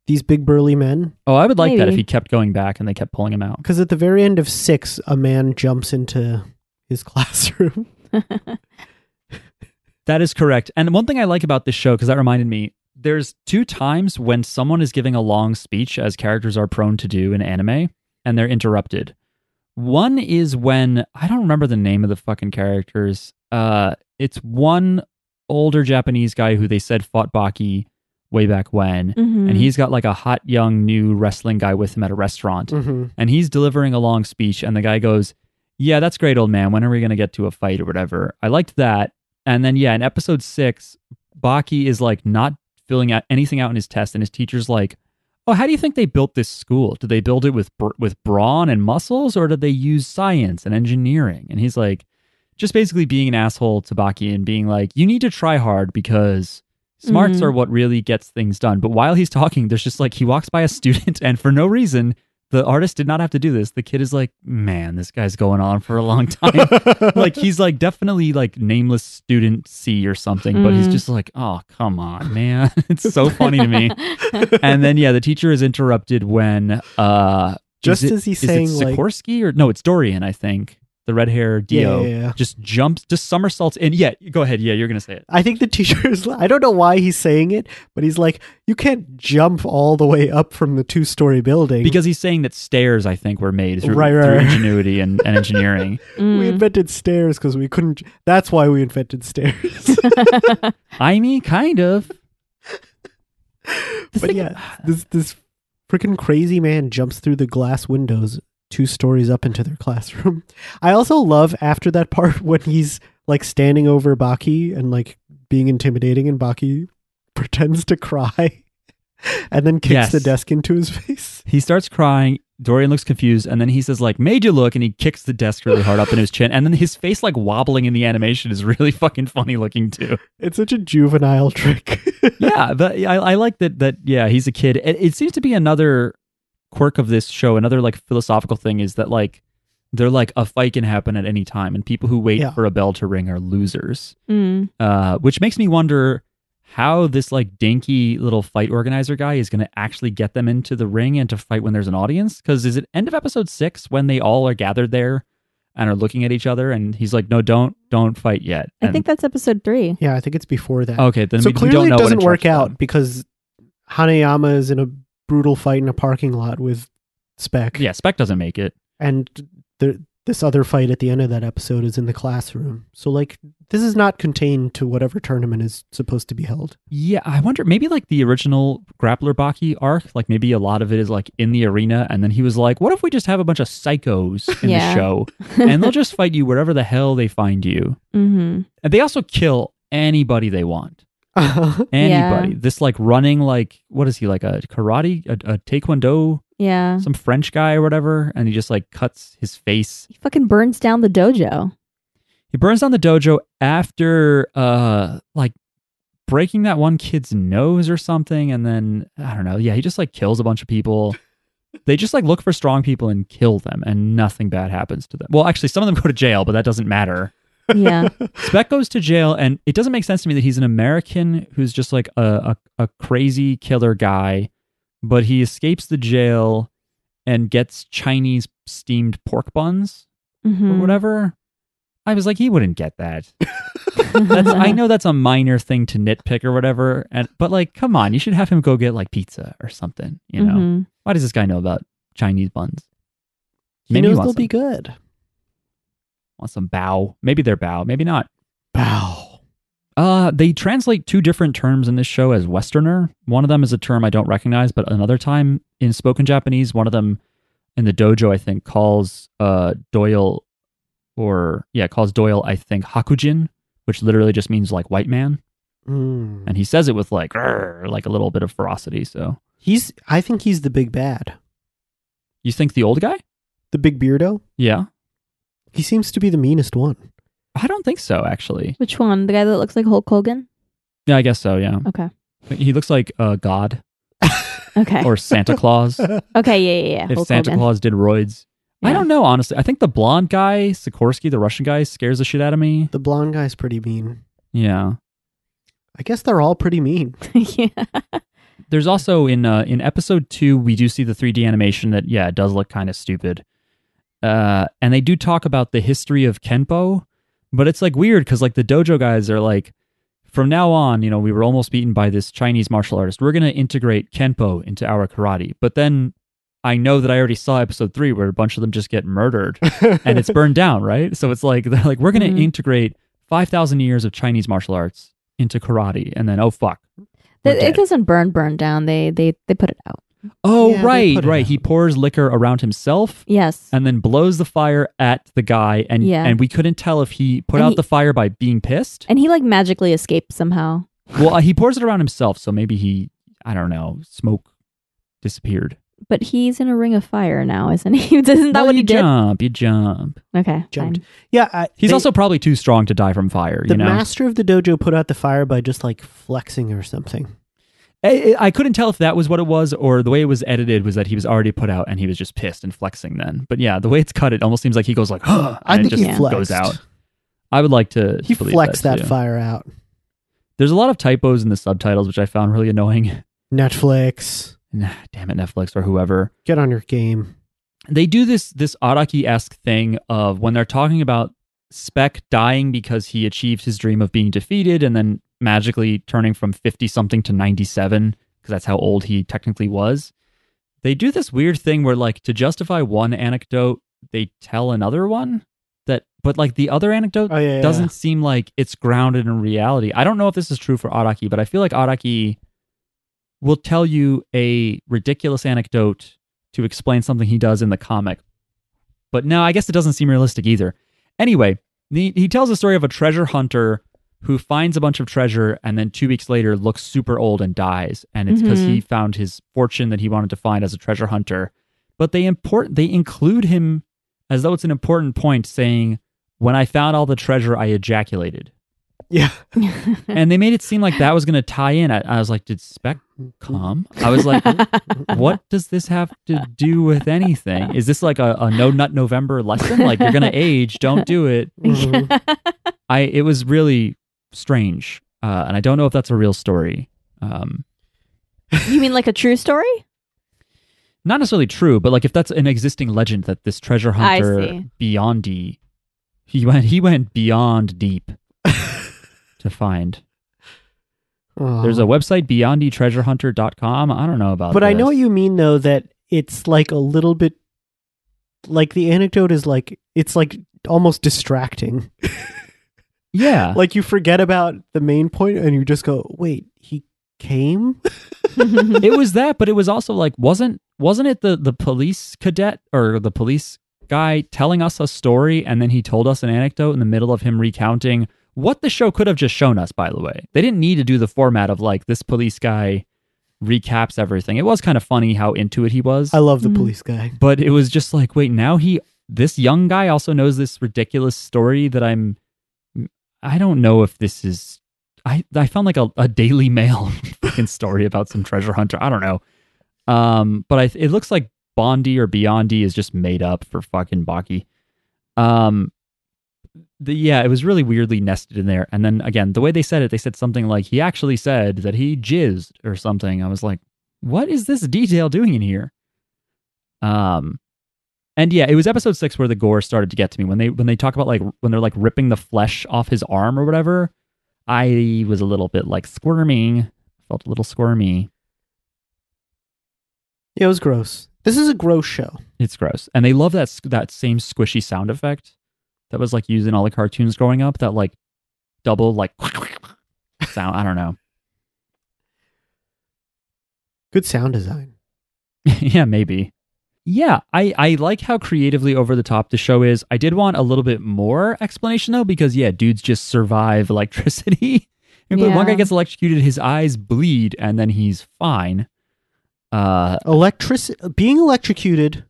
Speaker 3: these big burly men.
Speaker 2: Oh, I would like that if
Speaker 4: Maybe.
Speaker 2: he kept going back and they kept pulling him out.
Speaker 3: Because at the very end of six, a man jumps into his classroom.
Speaker 2: That is correct. And one thing I like about this show, because that reminded me, there's two times when someone is giving a long speech, as characters are prone to do in anime, and they're interrupted. One is when I don't remember the name of the fucking characters. Uh, it's one older Japanese guy who they said fought Baki way back when.
Speaker 4: Mhm.
Speaker 2: and he's got like a hot young new wrestling guy with him at a restaurant
Speaker 3: mm-hmm.
Speaker 2: and he's delivering a long speech and the guy goes yeah that's great old man when are we going to get to a fight or whatever i liked that and then yeah in episode six baki is like not filling out anything out in his test and his teacher's like oh how do you think they built this school did they build it with br- with brawn and muscles or did they use science and engineering and he's like just basically being an asshole to baki and being like you need to try hard because smarts
Speaker 4: Mhm.
Speaker 2: are what really gets things done but while he's talking there's just like he walks by a student and for no reason the artist did not have to do this. The kid is like, man, this guy's going on for a long time. like he's like definitely like nameless student C or something, but he's
Speaker 4: Mm.
Speaker 2: just like, oh come on, man. it's so funny to me. And then yeah, the teacher is interrupted when uh
Speaker 3: Just
Speaker 2: is it-
Speaker 3: as he's
Speaker 2: is it
Speaker 3: saying, like,
Speaker 2: Sikorsky or no, it's Dorian, I think. the red hair Dio,
Speaker 3: Yeah, yeah, yeah.
Speaker 2: just jumps, just somersaults in. Yeah, go ahead. Yeah, you're gonna say it.
Speaker 3: I think the teacher is. I don't know why he's saying it, but he's like, you can't jump all the way up from the two story building.
Speaker 2: Because he's saying that stairs, I think, were made through,
Speaker 3: Right, right,
Speaker 2: through
Speaker 3: right.
Speaker 2: ingenuity and, and engineering.
Speaker 4: Mm-hmm. Mm.
Speaker 3: we invented stairs because we couldn't. That's why we invented stairs.
Speaker 2: I mean, kind of.
Speaker 3: but yeah, this this freaking crazy man jumps through the glass windows two stories up into their classroom. I also love after that part when he's like standing over Baki and like being intimidating, and Baki pretends to cry and then kicks
Speaker 2: Yes.
Speaker 3: the desk into his face.
Speaker 2: He starts crying. Dorian looks confused, and then he says, "Like made you look," and he kicks the desk really hard up in his chin, and then his face like wobbling in the animation is really fucking funny looking too.
Speaker 3: It's such a juvenile trick.
Speaker 2: yeah, but I, I like that. That yeah, he's a kid. It, it seems to be another quirk of this show. Another like philosophical thing is that like they're like a fight can happen at any time, and people who wait
Speaker 3: Yeah.
Speaker 2: for a bell to ring are losers.
Speaker 4: Mm.
Speaker 2: Uh, which makes me wonder how this like dinky little fight organizer guy is going to actually get them into the ring and to fight when there's an audience. Because is it end of episode six when they all are gathered there and are looking at each other, and he's like, "No, don't, don't fight yet."
Speaker 4: I
Speaker 2: And-
Speaker 4: think that's episode three.
Speaker 3: yeah, I think it's before that.
Speaker 2: Okay, Oh, then
Speaker 3: so
Speaker 2: we, we
Speaker 3: clearly
Speaker 2: don't know
Speaker 3: it
Speaker 2: what
Speaker 3: doesn't work
Speaker 2: instructs
Speaker 3: out
Speaker 2: them.
Speaker 3: because Hanayama is in a brutal fight in a parking lot with Spec.
Speaker 2: Yeah, Spec doesn't make it.
Speaker 3: and the, this other fight at the end of that episode is in the classroom. So like this is not contained to whatever tournament is supposed to be held.
Speaker 2: Yeah, I wonder maybe like the original Grappler Baki arc, like maybe a lot of it is like in the arena, and then he was like, "What if we just have a bunch of psychos in
Speaker 4: Yeah.
Speaker 2: the show, and they'll just fight you wherever the hell they find you."
Speaker 4: hmm
Speaker 2: And they also kill anybody they want, anybody. This like running like what is he like a karate, a, a taekwondo,
Speaker 4: Uh-huh. Yeah.
Speaker 2: some French guy or whatever, and he just like cuts his face.
Speaker 4: He fucking burns down the dojo.
Speaker 2: He burns down the dojo after uh like breaking that one kid's nose or something and then I don't know. Yeah, he just like kills a bunch of people. They just like look for strong people and kill them and nothing bad happens to them. Well, actually some of them go to jail, but that doesn't matter.
Speaker 4: Yeah.
Speaker 2: Spec goes to jail and it doesn't make sense to me that he's an American who's just like a a, a crazy killer guy, but he escapes the jail and gets Chinese steamed pork buns
Speaker 4: Mhm.
Speaker 2: or whatever. I was like, he wouldn't get that. That's, I know that's a minor thing to nitpick or whatever, and but like, come on, you should have him go get like pizza or something. You know,
Speaker 4: Mhm.
Speaker 2: why does this guy know about Chinese buns?
Speaker 3: he
Speaker 2: Maybe he
Speaker 3: knows
Speaker 2: wants
Speaker 3: they'll be
Speaker 2: some-
Speaker 3: good.
Speaker 2: Want some bao? Maybe they're bao, maybe not.
Speaker 3: Bow.
Speaker 2: Uh, they translate two different terms in this show as Westerner. One of them is a term I don't recognize, but another time in spoken Japanese, one of them in the dojo, I think, calls uh, Doyle or, yeah, calls Doyle, I think, Hakujin, which literally just means like white man.
Speaker 3: Mm.
Speaker 2: And he says it with like, "Grr," like a little bit of ferocity. So
Speaker 3: He's I think he's the big bad.
Speaker 2: you think the old guy?
Speaker 3: The big beardo?
Speaker 2: Yeah.
Speaker 3: He seems to be the meanest one.
Speaker 2: I don't think so, actually.
Speaker 4: Which one? The guy that looks like Hulk Hogan?
Speaker 2: Yeah, I guess so. Yeah.
Speaker 4: Okay.
Speaker 2: He looks like uh, God
Speaker 4: Okay.
Speaker 2: or Santa Claus.
Speaker 4: okay. Yeah. Yeah. Yeah.
Speaker 2: if
Speaker 4: Hulk
Speaker 2: Santa
Speaker 4: Hogan.
Speaker 2: Claus did roids. I
Speaker 4: Yeah.
Speaker 2: don't know, honestly. I think the blonde guy, Sikorsky, the Russian guy, scares the shit out of me.
Speaker 3: The blonde guy's pretty mean.
Speaker 2: Yeah.
Speaker 3: I guess they're all pretty mean.
Speaker 4: yeah.
Speaker 2: There's also in uh, in episode two, we do see the 3D animation that yeah, it does look kind of stupid. Uh, and they do talk about the history of Kenpo, but it's like weird because like the dojo guys are like, from now on, you know, we were almost beaten by this Chinese martial artist. We're gonna integrate Kenpo into our karate. But then I know that I already saw episode three where a bunch of them just get murdered. and it's burned down, right? So it's like they're like we're going to
Speaker 4: Mhm.
Speaker 2: integrate 5,000 years of Chinese martial arts into karate and then oh fuck. we're
Speaker 4: It,
Speaker 2: dead.
Speaker 4: it doesn't burn burn down. They they they put it out.
Speaker 2: oh
Speaker 3: Yeah, they
Speaker 2: right,
Speaker 3: put it
Speaker 2: right. He
Speaker 3: out.
Speaker 2: pours liquor around himself
Speaker 4: Yes.
Speaker 2: and then blows the fire at the guy and
Speaker 4: Yeah.
Speaker 2: and we couldn't tell if he put
Speaker 4: And
Speaker 2: out
Speaker 4: he-
Speaker 2: the fire by being pissed.
Speaker 4: and he like magically escaped somehow.
Speaker 2: well, uh, he pours it around himself, so maybe he I don't know, smoke disappeared.
Speaker 4: But he's in a ring of fire now, isn't he? Isn't that
Speaker 2: Well,
Speaker 4: what he
Speaker 2: you jump, you jump.
Speaker 4: did? Okay.
Speaker 3: Jumped.
Speaker 4: Fine.
Speaker 3: Yeah, I,
Speaker 2: He's
Speaker 3: they-
Speaker 2: also probably too strong to die from fire,
Speaker 3: the
Speaker 2: you know.
Speaker 3: master of the dojo put out the fire by just like flexing or something.
Speaker 2: I, I I couldn't tell if that was what it was or the way it was edited was that he was already put out and he was just pissed and flexing then. But yeah, the way it's cut, it almost seems like he goes like, huh,
Speaker 3: I
Speaker 2: and it
Speaker 3: think
Speaker 2: just
Speaker 3: he flexed.
Speaker 2: goes out. I would like to.
Speaker 3: He
Speaker 2: believe
Speaker 3: flexed that,
Speaker 2: too.
Speaker 3: fire out.
Speaker 2: There's a lot of typos in the subtitles, which I found really annoying.
Speaker 3: Netflix,
Speaker 2: Nah, damn it, Netflix or whoever.
Speaker 3: get on your game.
Speaker 2: they do this this Araki-esque thing of when they're talking about Spec dying because he achieved his dream of being defeated and then magically turning from 50 something to 97 because that's how old he technically was. They do this weird thing where like to justify one anecdote, they tell another one that but like the other anecdote
Speaker 3: Oh yeah, yeah,
Speaker 2: doesn't seem like it's grounded in reality. I don't know if this is true for Araki, but I feel like Araki will tell you a ridiculous anecdote to explain something he does in the comic. But no, I guess it doesn't seem realistic either. Anyway, he, he tells the story of a treasure hunter who finds a bunch of treasure and then two weeks later looks super old and dies. And it's because
Speaker 4: Mhm.
Speaker 2: he found his fortune that he wanted to find as a treasure hunter. But they import they include him as though it's an important point, saying, When I found all the treasure, I ejaculated.
Speaker 3: yeah.
Speaker 2: and they made it seem like that was going to tie in. I, I was like, Did Spec come? I was like, what does this have to do with anything? Is this like a, a no nut November lesson? Like you're gonna age, don't do it.
Speaker 3: Mhm.
Speaker 2: I it was really strange, uh, and I don't know if that's a real story. Um,
Speaker 4: you mean like a true story?
Speaker 2: not necessarily true, but like if that's an existing legend that this treasure
Speaker 4: I
Speaker 2: hunter
Speaker 4: see.
Speaker 2: beyond D, he went he went beyond deep to find.
Speaker 3: Aw.
Speaker 2: There's a website beyondtreasurehunter.com. I don't know about,
Speaker 3: But I know
Speaker 2: this.
Speaker 3: what you mean though that it's like a little bit like the anecdote is like it's like almost distracting.
Speaker 2: Yeah,
Speaker 3: Like you forget about the main point and you just go, "Wait, he came?"
Speaker 2: it was that, but it was also like wasn't wasn't it the the police cadet or the police guy telling us a story and then he told us an anecdote in the middle of him recounting what the show could have just shown us by the way. They didn't need to do the format of like this police guy recaps everything. It was kind of funny how into it he was,
Speaker 3: I love the
Speaker 4: Mm.
Speaker 3: police guy.
Speaker 2: but it was just like wait, now he this young guy also knows this ridiculous story that I'm I don't know if this is I I found like a, a Daily Mail fucking story about some treasure hunter. I don't know. Um, but I it looks like Bondi or Beyondi is just made up for fucking Baki. Um, the, yeah, it was really weirdly nested in there. And then again, the way they said it, they said something like he actually said that he jizzed or something. I was like, what is this detail doing in here? Um, and yeah, it was episode six where the gore started to get to me when they when they talk about like when they're like ripping the flesh off his arm or whatever. I was a little bit like squirming, felt a little squirmy.
Speaker 3: Yeah, it was gross. This is a gross show.
Speaker 2: It's gross. And they love that s- that same squishy sound effect that was like used in all the cartoons growing up. That like double like sound. I don't know.
Speaker 3: Good sound design.
Speaker 2: yeah, maybe. Yeah, I, I like how creatively over the top the show is. I did want a little bit more explanation though, because yeah, dudes just survive electricity. And when One
Speaker 4: Yeah.
Speaker 2: guy gets electrocuted, his eyes bleed, and then he's fine. Uh,
Speaker 3: Electric being electrocuted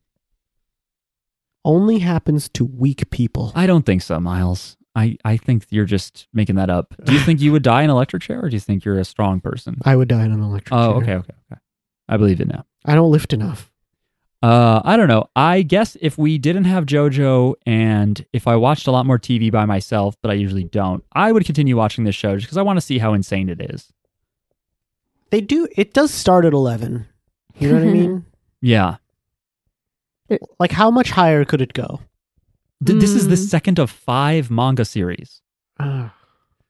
Speaker 3: only happens to weak people.
Speaker 2: I don't think so, Miles. I, I think you're just making that up. Do you think you would die in an electric chair, or do you think you're a strong person?
Speaker 3: I would die in an electric
Speaker 2: Oh,
Speaker 3: chair.
Speaker 2: okay, okay, okay. I believe it now.
Speaker 3: I don't lift enough.
Speaker 2: Uh, I don't know. I guess if we didn't have JoJo and if I watched a lot more TV by myself, but I usually don't, I would continue watching this show just because I want to see how insane it is.
Speaker 3: They do it does start at 11. You know what I mean?
Speaker 2: Yeah.
Speaker 3: Like how much higher could it go?
Speaker 2: Th- This is the
Speaker 4: Mm.
Speaker 2: second of five manga series.
Speaker 3: Ah.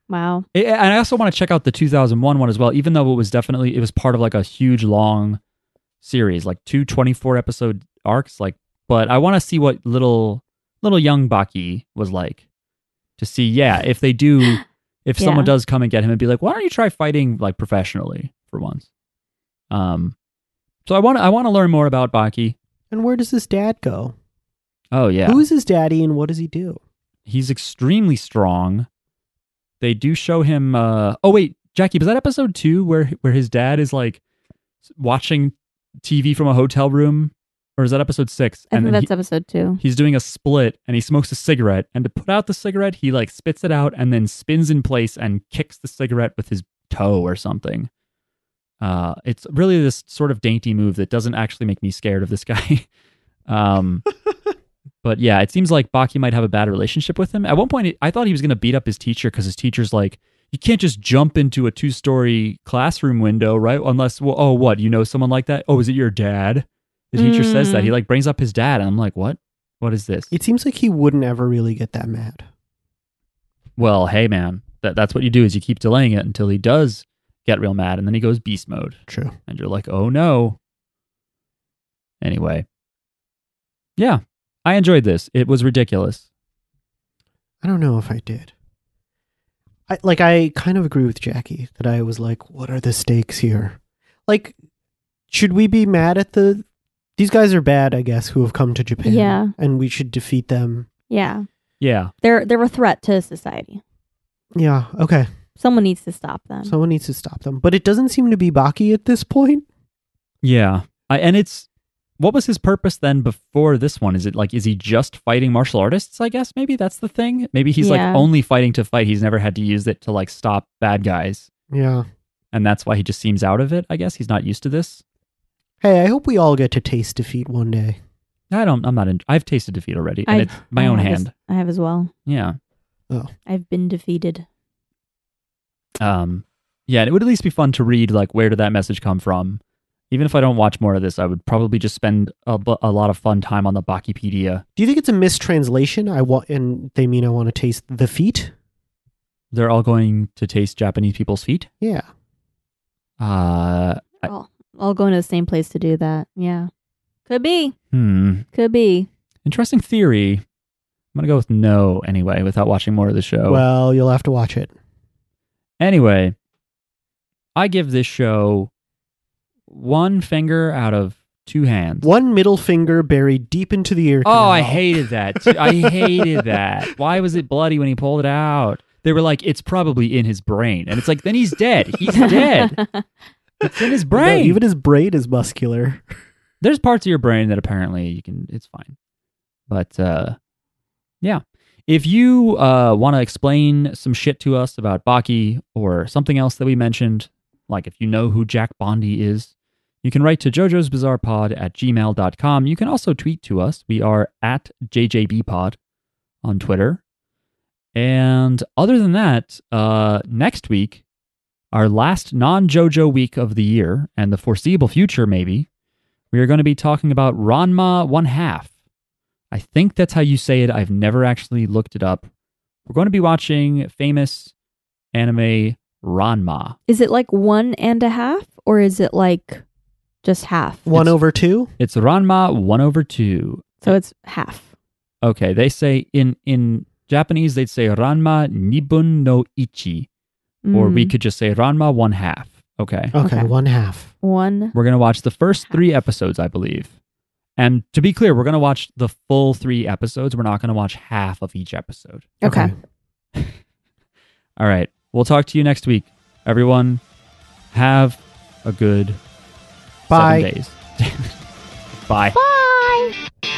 Speaker 4: wow.
Speaker 2: I- and I also want to check out the 2001 one as well, even though it was definitely, it was part of like a huge long series, like two 24 episode arcs. Like, but I want to see what little, little young Baki was like to see, yeah, if they do, if someone
Speaker 4: Yeah.
Speaker 2: does come and get him and be like, why don't you try fighting like professionally for once? Um, so I want, I want to learn more about Baki.
Speaker 3: And where does this dad go?
Speaker 2: Oh yeah.
Speaker 3: Who is his daddy and what does he do?
Speaker 2: he's extremely strong. They do show him. Uh, oh wait, Jackie, was that episode two where where his dad is like watching TV from a hotel room, or is that episode six?
Speaker 4: I think
Speaker 2: then he-
Speaker 4: that's episode two.
Speaker 2: he's doing a split and he smokes a cigarette. And to put out the cigarette, he like spits it out and then spins in place and kicks the cigarette with his toe or something. Uh, it's really this sort of dainty move that doesn't actually make me scared of this guy. um, but yeah, it seems like Baki might have a bad relationship with him. At one point, I thought he was going to beat up his teacher because his teacher's like, you can't just jump into a two story classroom window, right? Unless, well, oh, what? You know someone like that? Oh, is it your dad? The teacher says that.
Speaker 4: Mm.
Speaker 2: He like brings up his dad, and I'm like, what? What is this?
Speaker 3: It seems like he wouldn't ever really get that mad.
Speaker 2: well, hey man, that, that's what you do is you keep delaying it until he does get real mad, and then he goes beast mode,
Speaker 3: True.
Speaker 2: and you're like, oh no. Anyway, yeah, I enjoyed this. It was ridiculous.
Speaker 3: I don't know if I did. I like I kind of agree with Jackie that I was like, what are the stakes here? Like, should we be mad at the these guys are bad, I guess, who have come to Japan.
Speaker 4: Yeah.
Speaker 3: And we should defeat them.
Speaker 4: Yeah.
Speaker 2: Yeah,
Speaker 4: They're they're a threat to society.
Speaker 3: Yeah, okay.
Speaker 4: Someone needs to stop them.
Speaker 3: Someone needs to stop them. But it doesn't seem to be Baki at this point.
Speaker 2: yeah. I, and it's what was his purpose then before this one? Is it like is he just fighting martial artists? I guess maybe that's the thing. Maybe he's
Speaker 4: Yeah.
Speaker 2: like only fighting to fight. He's never had to use it to like stop bad guys,
Speaker 3: Yeah.
Speaker 2: and that's why he just seems out of it. I guess he's not used to this.
Speaker 3: Hey, I hope we all get to taste defeat one day.
Speaker 2: I don't. I'm not. In, I've tasted defeat already, and
Speaker 4: I-
Speaker 2: it's my own
Speaker 4: I have as-
Speaker 2: hand.
Speaker 4: I have as well.
Speaker 2: Yeah.
Speaker 3: Oh.
Speaker 4: I've been defeated.
Speaker 2: Um. Yeah. And it would at least be fun to read. Like, where did that message come from? Even if I don't watch more of this, I would probably just spend a, bu- a lot of fun time on the Bakipedia.
Speaker 3: Do you think it's a mistranslation? I want and they mean I want to taste the feet?
Speaker 2: They're all going to taste Japanese people's feet.
Speaker 3: Yeah.
Speaker 2: Uh. I-
Speaker 4: all all going to the same place to do that. Yeah. Could be.
Speaker 2: Hmm.
Speaker 4: Could be.
Speaker 2: Interesting theory. I'm gonna go with no anyway, without watching more of the show.
Speaker 3: Well, you'll have to watch it.
Speaker 2: Anyway, I give this show one finger out of two hands.
Speaker 3: One middle finger buried deep into the ear.
Speaker 2: Oh, I
Speaker 3: canal.
Speaker 2: hated that. too. I hated that. Why was it bloody when he pulled it out? They were like, it's probably in his brain. And it's like, then he's dead. He's dead. It's in his
Speaker 3: No,
Speaker 2: brain.
Speaker 3: even his braid is muscular.
Speaker 2: There's parts of your brain that apparently you can, it's fine. But uh, yeah. If you uh, want to explain some shit to us about Baki or something else that we mentioned, like if you know who Jack Bondi is, you can write to Jojo's Bizarre Pod at gmail.com. You can also tweet to us. We are at JJBpod on Twitter. And other than that, uh, next week, our last non JoJo week of the year and the foreseeable future, maybe, we are going to be talking about Ranma One Half. I think that's how you say it. I've never actually looked it up. We're going to be watching famous anime Ranma.
Speaker 4: Is it like one and a half or is it like just half?
Speaker 3: One
Speaker 2: It's-
Speaker 3: over two.
Speaker 2: It's Ranma 1 over 2.
Speaker 4: So it's half.
Speaker 2: Okay, they say in in Japanese they'd say Ranma Nibun no Ichi, or we
Speaker 4: Mm.
Speaker 2: could just say Ranma one half. Okay,
Speaker 3: Okay,
Speaker 4: Okay.
Speaker 3: one half.
Speaker 4: one
Speaker 2: we're gonna watch the first three episodes, I believe. And to be clear, we're gonna watch the full three episodes. We're not gonna watch half of each episode.
Speaker 4: Okay.
Speaker 2: All right, we'll talk to you next week, everyone. Have a good
Speaker 3: Bye.
Speaker 2: seven days. Bye.
Speaker 4: Bye.